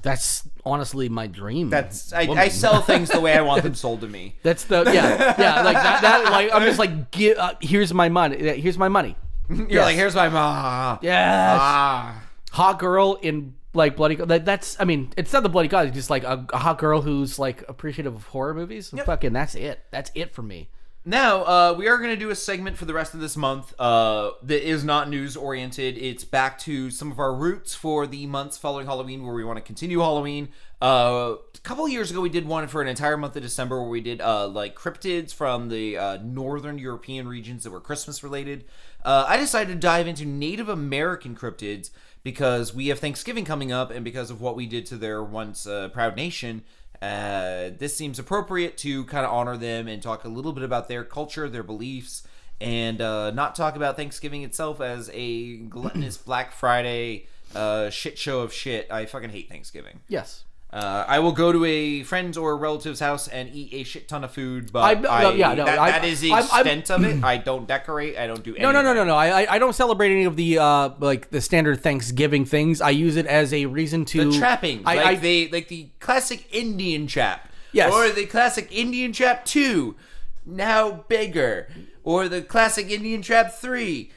S3: That's honestly my dream.
S2: That's I, I
S3: woman.
S2: sell things the way I want them sold to me.
S3: That's the yeah yeah like that, that like I'm just like give uh, here's my money yeah, here's my money
S2: You're like, here's my ma.
S3: yes
S2: Ah.
S3: hot girl in like bloody that, that's I mean it's not the bloody god it's just like a, a hot girl who's like appreciative of horror movies fucking that's it that's it for me
S2: Now, uh, we are going to do a segment for the rest of this month uh, that is not news oriented. It's back to some of our roots for the months following Halloween where we want to continue Halloween. Uh, a couple of years ago, we did one for an entire month of December where we did uh, like cryptids from the uh, northern European regions that were Christmas related. Uh, I decided to dive into Native American cryptids because we have Thanksgiving coming up and because of what we did to their once uh, proud nation. Uh, this seems appropriate to kind of honor them and talk a little bit about their culture, their beliefs, and uh, not talk about Thanksgiving itself as a gluttonous Black Friday uh, shit show of shit. I fucking hate Thanksgiving.
S3: yes
S2: Uh, I will go to a friend's or a relative's house and eat a shit ton of food, but
S3: I-
S2: I,
S3: no, yeah, no,
S2: that,
S3: I-
S2: that is the
S3: I'm- I'm-
S2: extent of it. I don't decorate. I don't do anything.
S3: No, no, no, no, no. I, I- I don't celebrate any of the uh like the standard Thanksgiving things. I use it as a reason to
S2: The trapping,
S3: I,
S2: like
S3: I-
S2: the like the classic Indian chap,
S3: Yes.
S2: or the classic Indian chap two, now bigger, or the classic Indian trap three.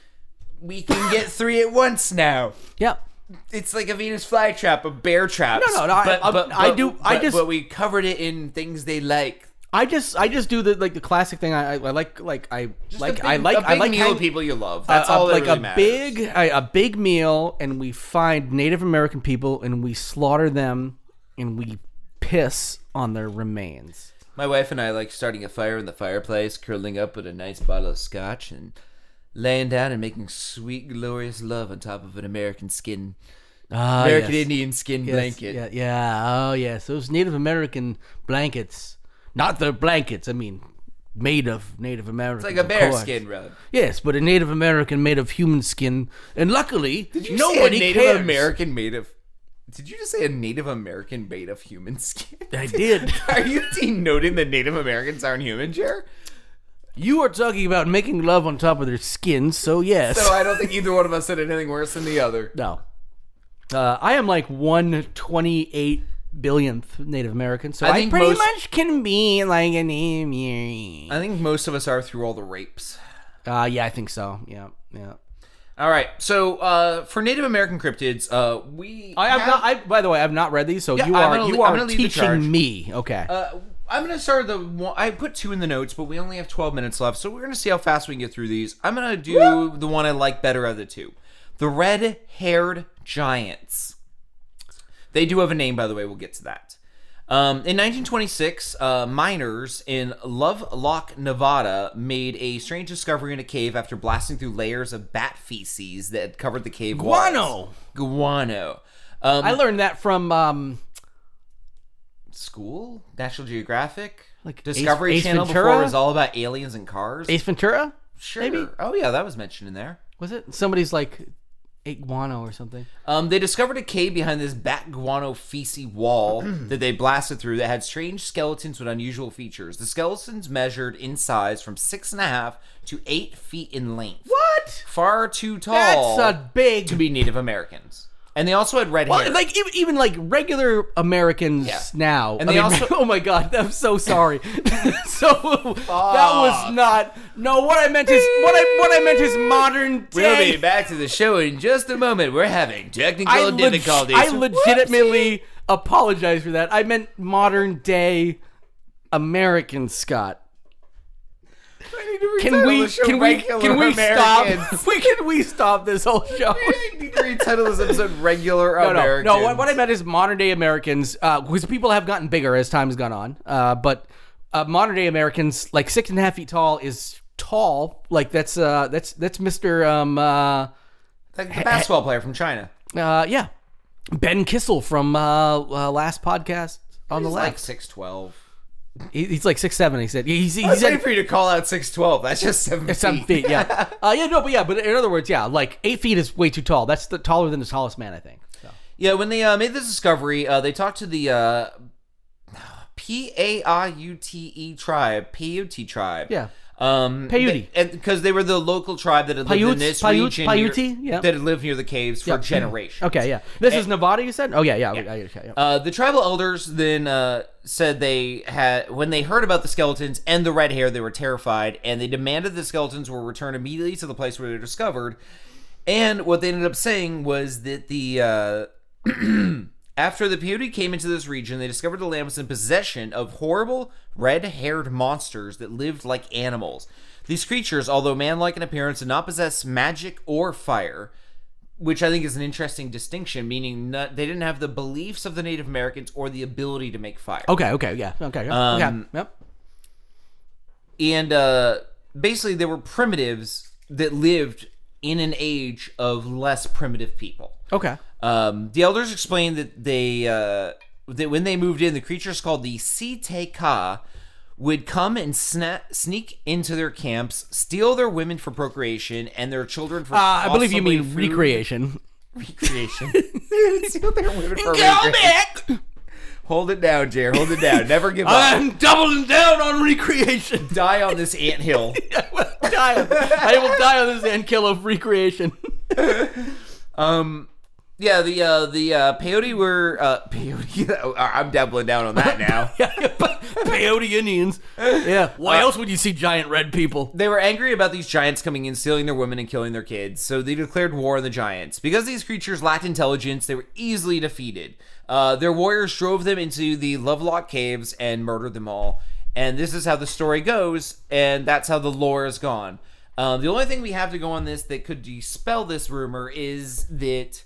S2: We can get three at once now.
S3: yeah.
S2: It's like a Venus flytrap, a bear trap.
S3: No, no, no, I- I- I do- I just-
S2: But we covered it in things they like.
S3: I just I just do the like the classic thing. I I, I like like I like
S2: a
S3: I
S2: big-
S3: like
S2: a big
S3: I like
S2: meal
S3: hang-
S2: people you love. That's
S3: a- a-
S2: all that
S3: like
S2: really
S3: a
S2: matters.
S3: big a, a big meal, and we find Native American people and we slaughter them and we piss on their remains.
S2: My wife and I like starting a fire in the fireplace, curling up with a nice bottle of scotch, and laying down and making sweet, glorious love on top of an American skin,
S3: Ah,
S2: American
S3: yes.
S2: Indian skin
S3: Yes,
S2: blanket.
S3: Yeah, yeah. Oh, yes. Those Native American blankets. Not their blankets. I mean, made of Native American.
S2: Like a bear skin rub.
S3: Yes, but a Native American made of human skin. And luckily,
S2: Nobody
S3: nobody
S2: Native
S3: cares.
S2: American made of. Did you just say a Native American made of human skin?
S3: I did.
S2: Are you denoting that Native Americans aren't human, Jer?
S3: you are talking about making love on top of their skin, so yes.
S2: So I don't think either one of us said anything worse than the other.
S3: no. Uh, I am like 128 billionth Native American, so I,
S2: think
S3: pretty
S2: most-
S3: much can be like an Indian.
S2: I think most of us are through all the rapes.
S3: Uh, yeah, I think so. Yeah, yeah.
S2: All right. So uh, for Native American cryptids, uh, we
S3: I, I've
S2: have-
S3: not. I, by the way, I've not read these, so
S2: Yeah,
S3: you
S2: I'm
S3: are
S2: gonna
S3: you
S2: le- I'm
S3: are
S2: gonna leave the charge.
S3: teaching me. Okay.
S2: Uh, I'm gonna start the one. I put two in the notes, but we only have 12 minutes left, so we're gonna see how fast we can get through these. I'm gonna do the one I like better of the two, the red-haired giants. They do have a name, by the way. We'll get to that. Um, in 1926, uh, miners in Lovelock, Nevada, made a strange discovery in a cave after blasting through layers of bat feces that had covered the cave walls.
S3: Guano!
S2: Guano. Um,
S3: I learned that from um
S2: school, National Geographic,
S3: Like
S2: Discovery
S3: Ace- Ace
S2: Channel before
S3: Ventura?
S2: it was all about aliens and cars.
S3: Ace Ventura.
S2: sure. Oh yeah, that was mentioned in there.
S3: Was it somebody's like ate guano or something.
S2: Um, they discovered a cave behind this bat guano feces wall that they blasted through that had strange skeletons with unusual features. The skeletons measured in size from six and a half to eight feet in length.
S3: What? Oh.
S2: Far too tall
S3: That's a big.
S2: to be Native Americans. And they also had red
S3: Well,
S2: hair.
S3: like e-, even, even like regular Americans
S2: Yeah.
S3: now,
S2: And
S3: I
S2: they
S3: mean,
S2: also-
S3: oh my god, I'm so sorry. so that was not no. What I meant is what I what I meant is modern
S2: we'll
S3: day.
S2: be back to the show in just a moment. We're having technical
S3: I, leg-
S2: difficulties.
S3: I legitimately apologize for that. I meant modern day American Scott. Can we can we can we stop? We can we stop this whole show?
S2: I need to retitle this episode "Regular
S3: No, no,
S2: Americans."
S3: no. What, what I meant is modern day Americans, because people have gotten bigger as time's gone on. Uh, but uh, modern day Americans, like six and a half feet tall, is tall. Like that's uh, that's that's Mister um, uh,
S2: Like the basketball player from China.
S3: uh, yeah, Ben Kissel from uh, uh, last podcast on the
S2: He's like
S3: left.
S2: six twelve.
S3: He- he's like six seven. He said he's
S2: I
S3: he's
S2: was waiting
S3: at
S2: for you to call out six twelve. That's just seven feet.
S3: seven feet. Yeah, uh, yeah, no, but yeah, but in other words, yeah, like eight feet is way too tall. That's the taller than the tallest man, I think. So.
S2: Yeah, when they uh, made this discovery, uh, they talked to the uh, P A I U T E tribe, Paiute tribe.
S3: Yeah.
S2: Um,
S3: Paiute.
S2: because they were the local tribe that had lived
S3: Paiutes,
S2: in this
S3: Paiute-
S2: region,
S3: Paiute,
S2: near-
S3: E? yeah.
S2: that had lived near the caves for generations.
S3: Okay, yeah. This is Nevada, you said? Oh yeah, yeah. I- I- okay, yeah.
S2: Uh, the tribal elders then uh, said they had when they heard about the skeletons and the red hair, they were terrified, and they demanded the skeletons were returned immediately to the place where they were discovered. And what they ended up saying was that the uh, after the peyote came into this region, they discovered the land was in possession of horrible red-haired monsters that lived like animals. These creatures, although man-like in appearance, did not possess magic or fire which I think is an interesting distinction, meaning not, they didn't have the beliefs of the Native Americans or the ability to make fire.
S3: Okay, okay, yeah. Okay, yeah. okay. Yep.
S2: And uh, basically, they were primitives that lived in an age of less primitive people.
S3: Okay.
S2: Um, the elders explained that they uh, that when they moved in, the creatures called the Siteka would come and sna- sneak into their camps, steal their women for procreation and their children for.
S3: Uh, I believe you
S2: possibly
S3: mean
S2: food.
S3: recreation.
S2: recreation. steal their women for recreation.
S3: back.
S2: Hold it down, Jer. Hold it down. Never give up.
S3: I'm doubling down on recreation.
S2: Die on this anthill.
S3: I will die. on- I will die on this end kill of recreation.
S2: Yeah, the uh, the uh, peyote were uh, peyote. I'm doubling down on that now.
S3: Peyote Indians. Yeah. Why else would you see giant red people?
S2: They were angry about these giants coming in, stealing their women and killing their kids, so they declared war on the giants. Because these creatures lacked intelligence, they were easily defeated. Uh, their warriors drove them into the Lovelock Caves and murdered them all. And this is how the story goes, and that's how the lore is gone. Um, the only thing we have to go on this that could dispel this rumor is that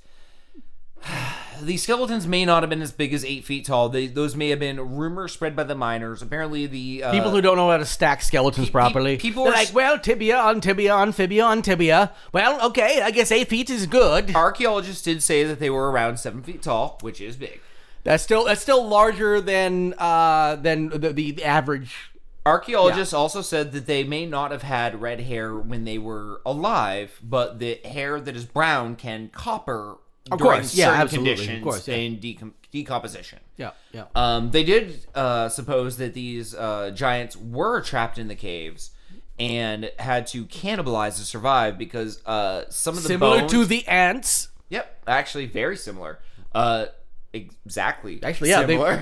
S2: the skeletons may not have been as big as eight feet tall. They, those may have been rumors spread by the miners. Apparently, the uh,
S3: People who don't know how to stack skeletons properly.
S2: people
S3: They're
S2: are
S3: like,
S2: s-
S3: well, tibia on tibia on tibia on tibia. Well, okay, I guess eight feet is good.
S2: Archaeologists did say that they were around seven feet tall, which is big.
S3: That's still that's still larger than uh than the, the, the average.
S2: Archaeologists also said that they may not have had red hair when they were alive, but the hair that is brown can copper of during
S3: course, yeah,
S2: certain
S3: absolutely, of
S2: conditions
S3: course, yeah.
S2: and decom- decomposition.
S3: Yeah, yeah.
S2: Um, they did uh, suppose that these uh, giants were trapped in the caves and had to cannibalize to survive because uh, some of the
S3: Similar
S2: bones,
S3: to the ants.
S2: Yep, actually very similar. Uh, exactly.
S3: Actually, yeah, they-
S2: similar.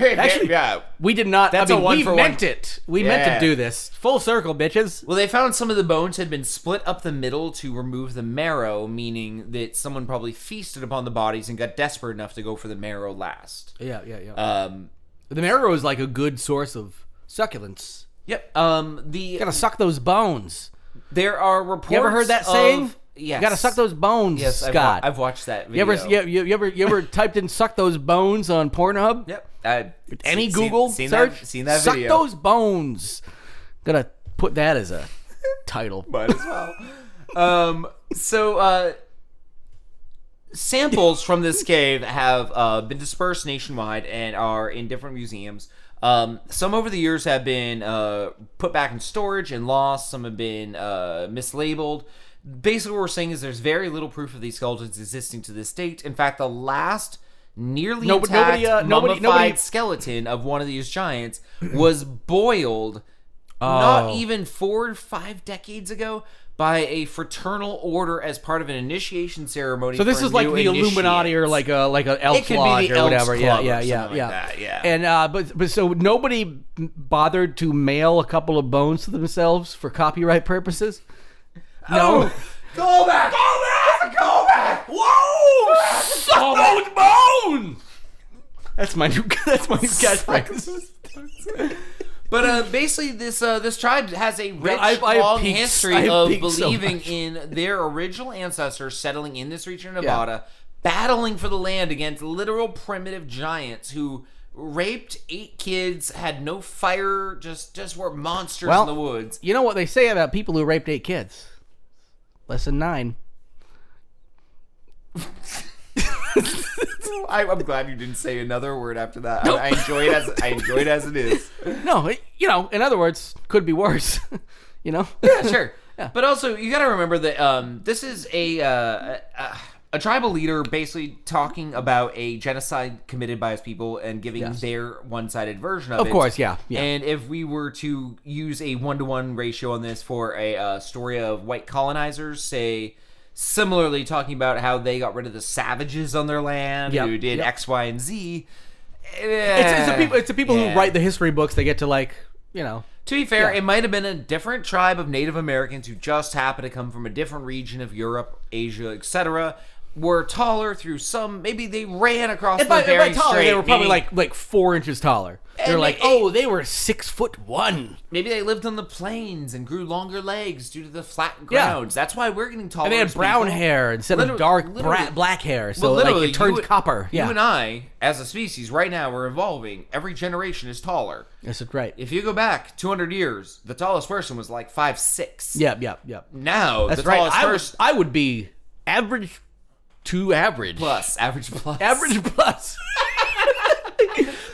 S3: actually-
S2: yeah.
S3: We did not.
S2: That's
S3: I
S2: a
S3: mean,
S2: one
S3: we
S2: for
S3: meant
S2: one.
S3: it. We meant to
S2: Yeah.
S3: do this. Full circle, bitches.
S2: Well, they found some of the bones had been split up the middle to remove the marrow, meaning that someone probably feasted upon the bodies and got desperate enough to go for the marrow last.
S3: Yeah, yeah, yeah.
S2: Um,
S3: the marrow is like a good source of succulence.
S2: yep. Um, the
S3: You gotta suck those bones.
S2: there are reports.
S3: You ever heard that
S2: of-
S3: saying?
S2: Yes.
S3: You gotta suck those bones,
S2: Yes, I've wa-
S3: Scott.
S2: I've, watched that.
S3: you
S2: Video.
S3: ever you, you, you ever you ever typed in "suck those bones" on Pornhub?
S2: Yep. I've seen-
S3: Any Google
S2: seen
S3: search?
S2: That, seen that
S3: suck
S2: video.
S3: those bones. Gonna put that as a title.
S2: Might as well. um, so uh, samples from this cave have uh, been dispersed nationwide and are in different museums. Um, some over the years have been uh, put back in storage and lost. Some have been uh, mislabeled. basically what we're saying is there's very little proof of these skeletons existing to this date. In fact, the last nearly
S3: No, but
S2: intact
S3: nobody, uh, nobody-
S2: mummified
S3: nobody-
S2: skeleton of one of these giants was boiled not
S3: Oh.
S2: even four or five decades ago by a fraternal order as part of an initiation ceremony.
S3: So this
S2: for
S3: is like
S2: new
S3: the Illuminati or
S2: initiates.
S3: like a like a Elks
S2: could be the
S3: Lodge or
S2: Elks
S3: whatever. yeah,
S2: Club or
S3: yeah,
S2: something
S3: yeah,
S2: like
S3: yeah.
S2: that, yeah.
S3: And uh, but but so nobody bothered to mail a couple of bones to themselves for copyright purposes. No.
S2: Go back! Go back! Go back! Whoa!
S3: Suck
S2: Oh,
S3: those bones! That's my new. That's my new catchphrase.
S2: But uh, basically, this uh, this tribe has a rich,
S3: I've- I have
S2: long
S3: peaked- I
S2: history
S3: have
S2: of
S3: peaked so
S2: believing
S3: much.
S2: in their original ancestors settling in this region of Nevada, battling for the land against literal primitive giants who raped eight kids, had no fire, just just were monsters in
S3: Well-
S2: the woods.
S3: You know what they say about people who raped eight kids? Lesson nine.
S2: I, I'm glad you didn't say another word after that. I, I enjoy it as I enjoy it as it is.
S3: No, it- you know, in other words, could be worse. you know.
S2: yeah, sure. But also, you got to remember that um, this is a, uh, a a tribal leader basically talking about a genocide committed by his people and giving their one-sided version of, it.
S3: Of course, yeah, yeah.
S2: And if we were to use a one-to-one ratio on this for a uh, story of white colonizers, say. Similarly, talking about how they got rid of the savages on their land
S3: Yep,
S2: who did
S3: yep.
S2: X, Y, and Z. eh,
S3: It's, it's the people. It's the people
S2: Yeah.
S3: who write the history books. They get to like, you know.
S2: To be fair, it might have been a different tribe of Native Americans who just happened to come from a different region of Europe, Asia, etc. Were taller through some. Maybe they ran across the
S3: by, by
S2: Bering
S3: taller,
S2: Strait.
S3: they were probably
S2: meaning-
S3: like like four inches taller. They're
S2: And
S3: like,
S2: they-
S3: oh, they were six foot one.
S2: maybe they lived on the plains and grew longer legs due to the flat grounds. That's why we're getting taller.
S3: And they had
S2: as
S3: brown
S2: people.
S3: hair instead
S2: Literally-
S3: of dark
S2: literally-
S3: bra- black hair,
S2: Well,
S3: so like
S2: literally,
S3: it turned
S2: you-
S3: copper.
S2: You
S3: Yeah,
S2: and I, as a species, right now, we're evolving. Every generation is taller.
S3: that's right.
S2: If you go back 200 years, the tallest person was like five six.
S3: Yep, yep, yep.
S2: Now
S3: That's
S2: the
S3: right.
S2: tallest
S3: I would,
S2: person
S3: I would be average to average.
S2: plus average plus
S3: Average plus.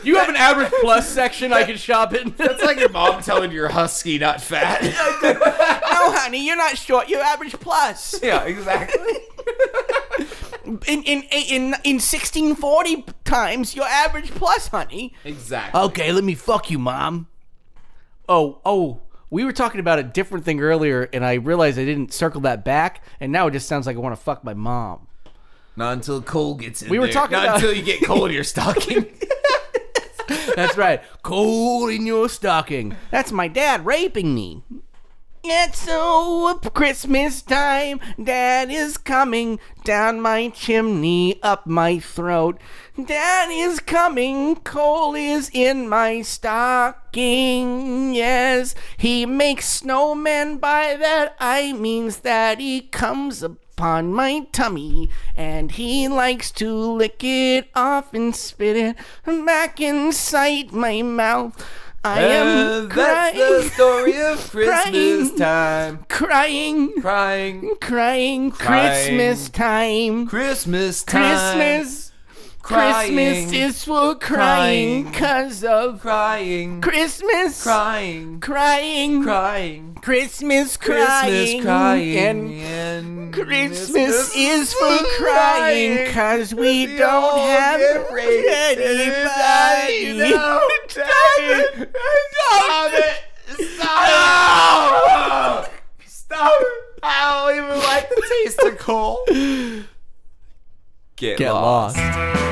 S3: you have an average plus section I can shop in.
S2: It's like your mom telling your husky not fat.
S3: no, honey, you're not short. You're average plus.
S2: yeah, exactly.
S3: In in in in 1640 times, you're average plus, honey.
S2: Exactly.
S3: Okay, let me fuck you, mom. Oh, oh, we were talking about a different thing earlier, and I realized I didn't circle that back, and now it just sounds like I want to fuck my mom.
S2: Not until Cole gets in.
S3: We were
S2: there.
S3: talking
S2: not
S3: about-
S2: until you get Cole in your stocking.
S3: That's right. Cold in your stocking. That's my dad raping me. It's so Christmas time. Dad is coming down my chimney, up my throat. Dad is coming. Coal is in my stocking. Yes, he makes snowmen. By that I means that he comes upon my tummy and he likes to lick it off and spit it back inside my mouth. I am crying.
S2: Uh, story of
S3: Christmas Crying.
S2: time.
S3: crying,
S2: Crying.
S3: crying, Christmas time.
S2: Christmas
S3: Christmas, Christmas is for crying
S2: Crying.
S3: because of
S2: crying.
S3: Christmas,
S2: Crying.
S3: crying,
S2: Crying.
S3: Christmas, crying, and
S2: and
S3: Christmas is for crying because we
S2: We
S3: don't
S2: all
S3: have
S2: get raped
S3: anybody.
S2: and I don't have
S3: Stop
S2: Stop
S3: it.
S2: it! Stop! Stop! I don't even like the taste of coal. Get,
S3: Get lost.
S2: lost.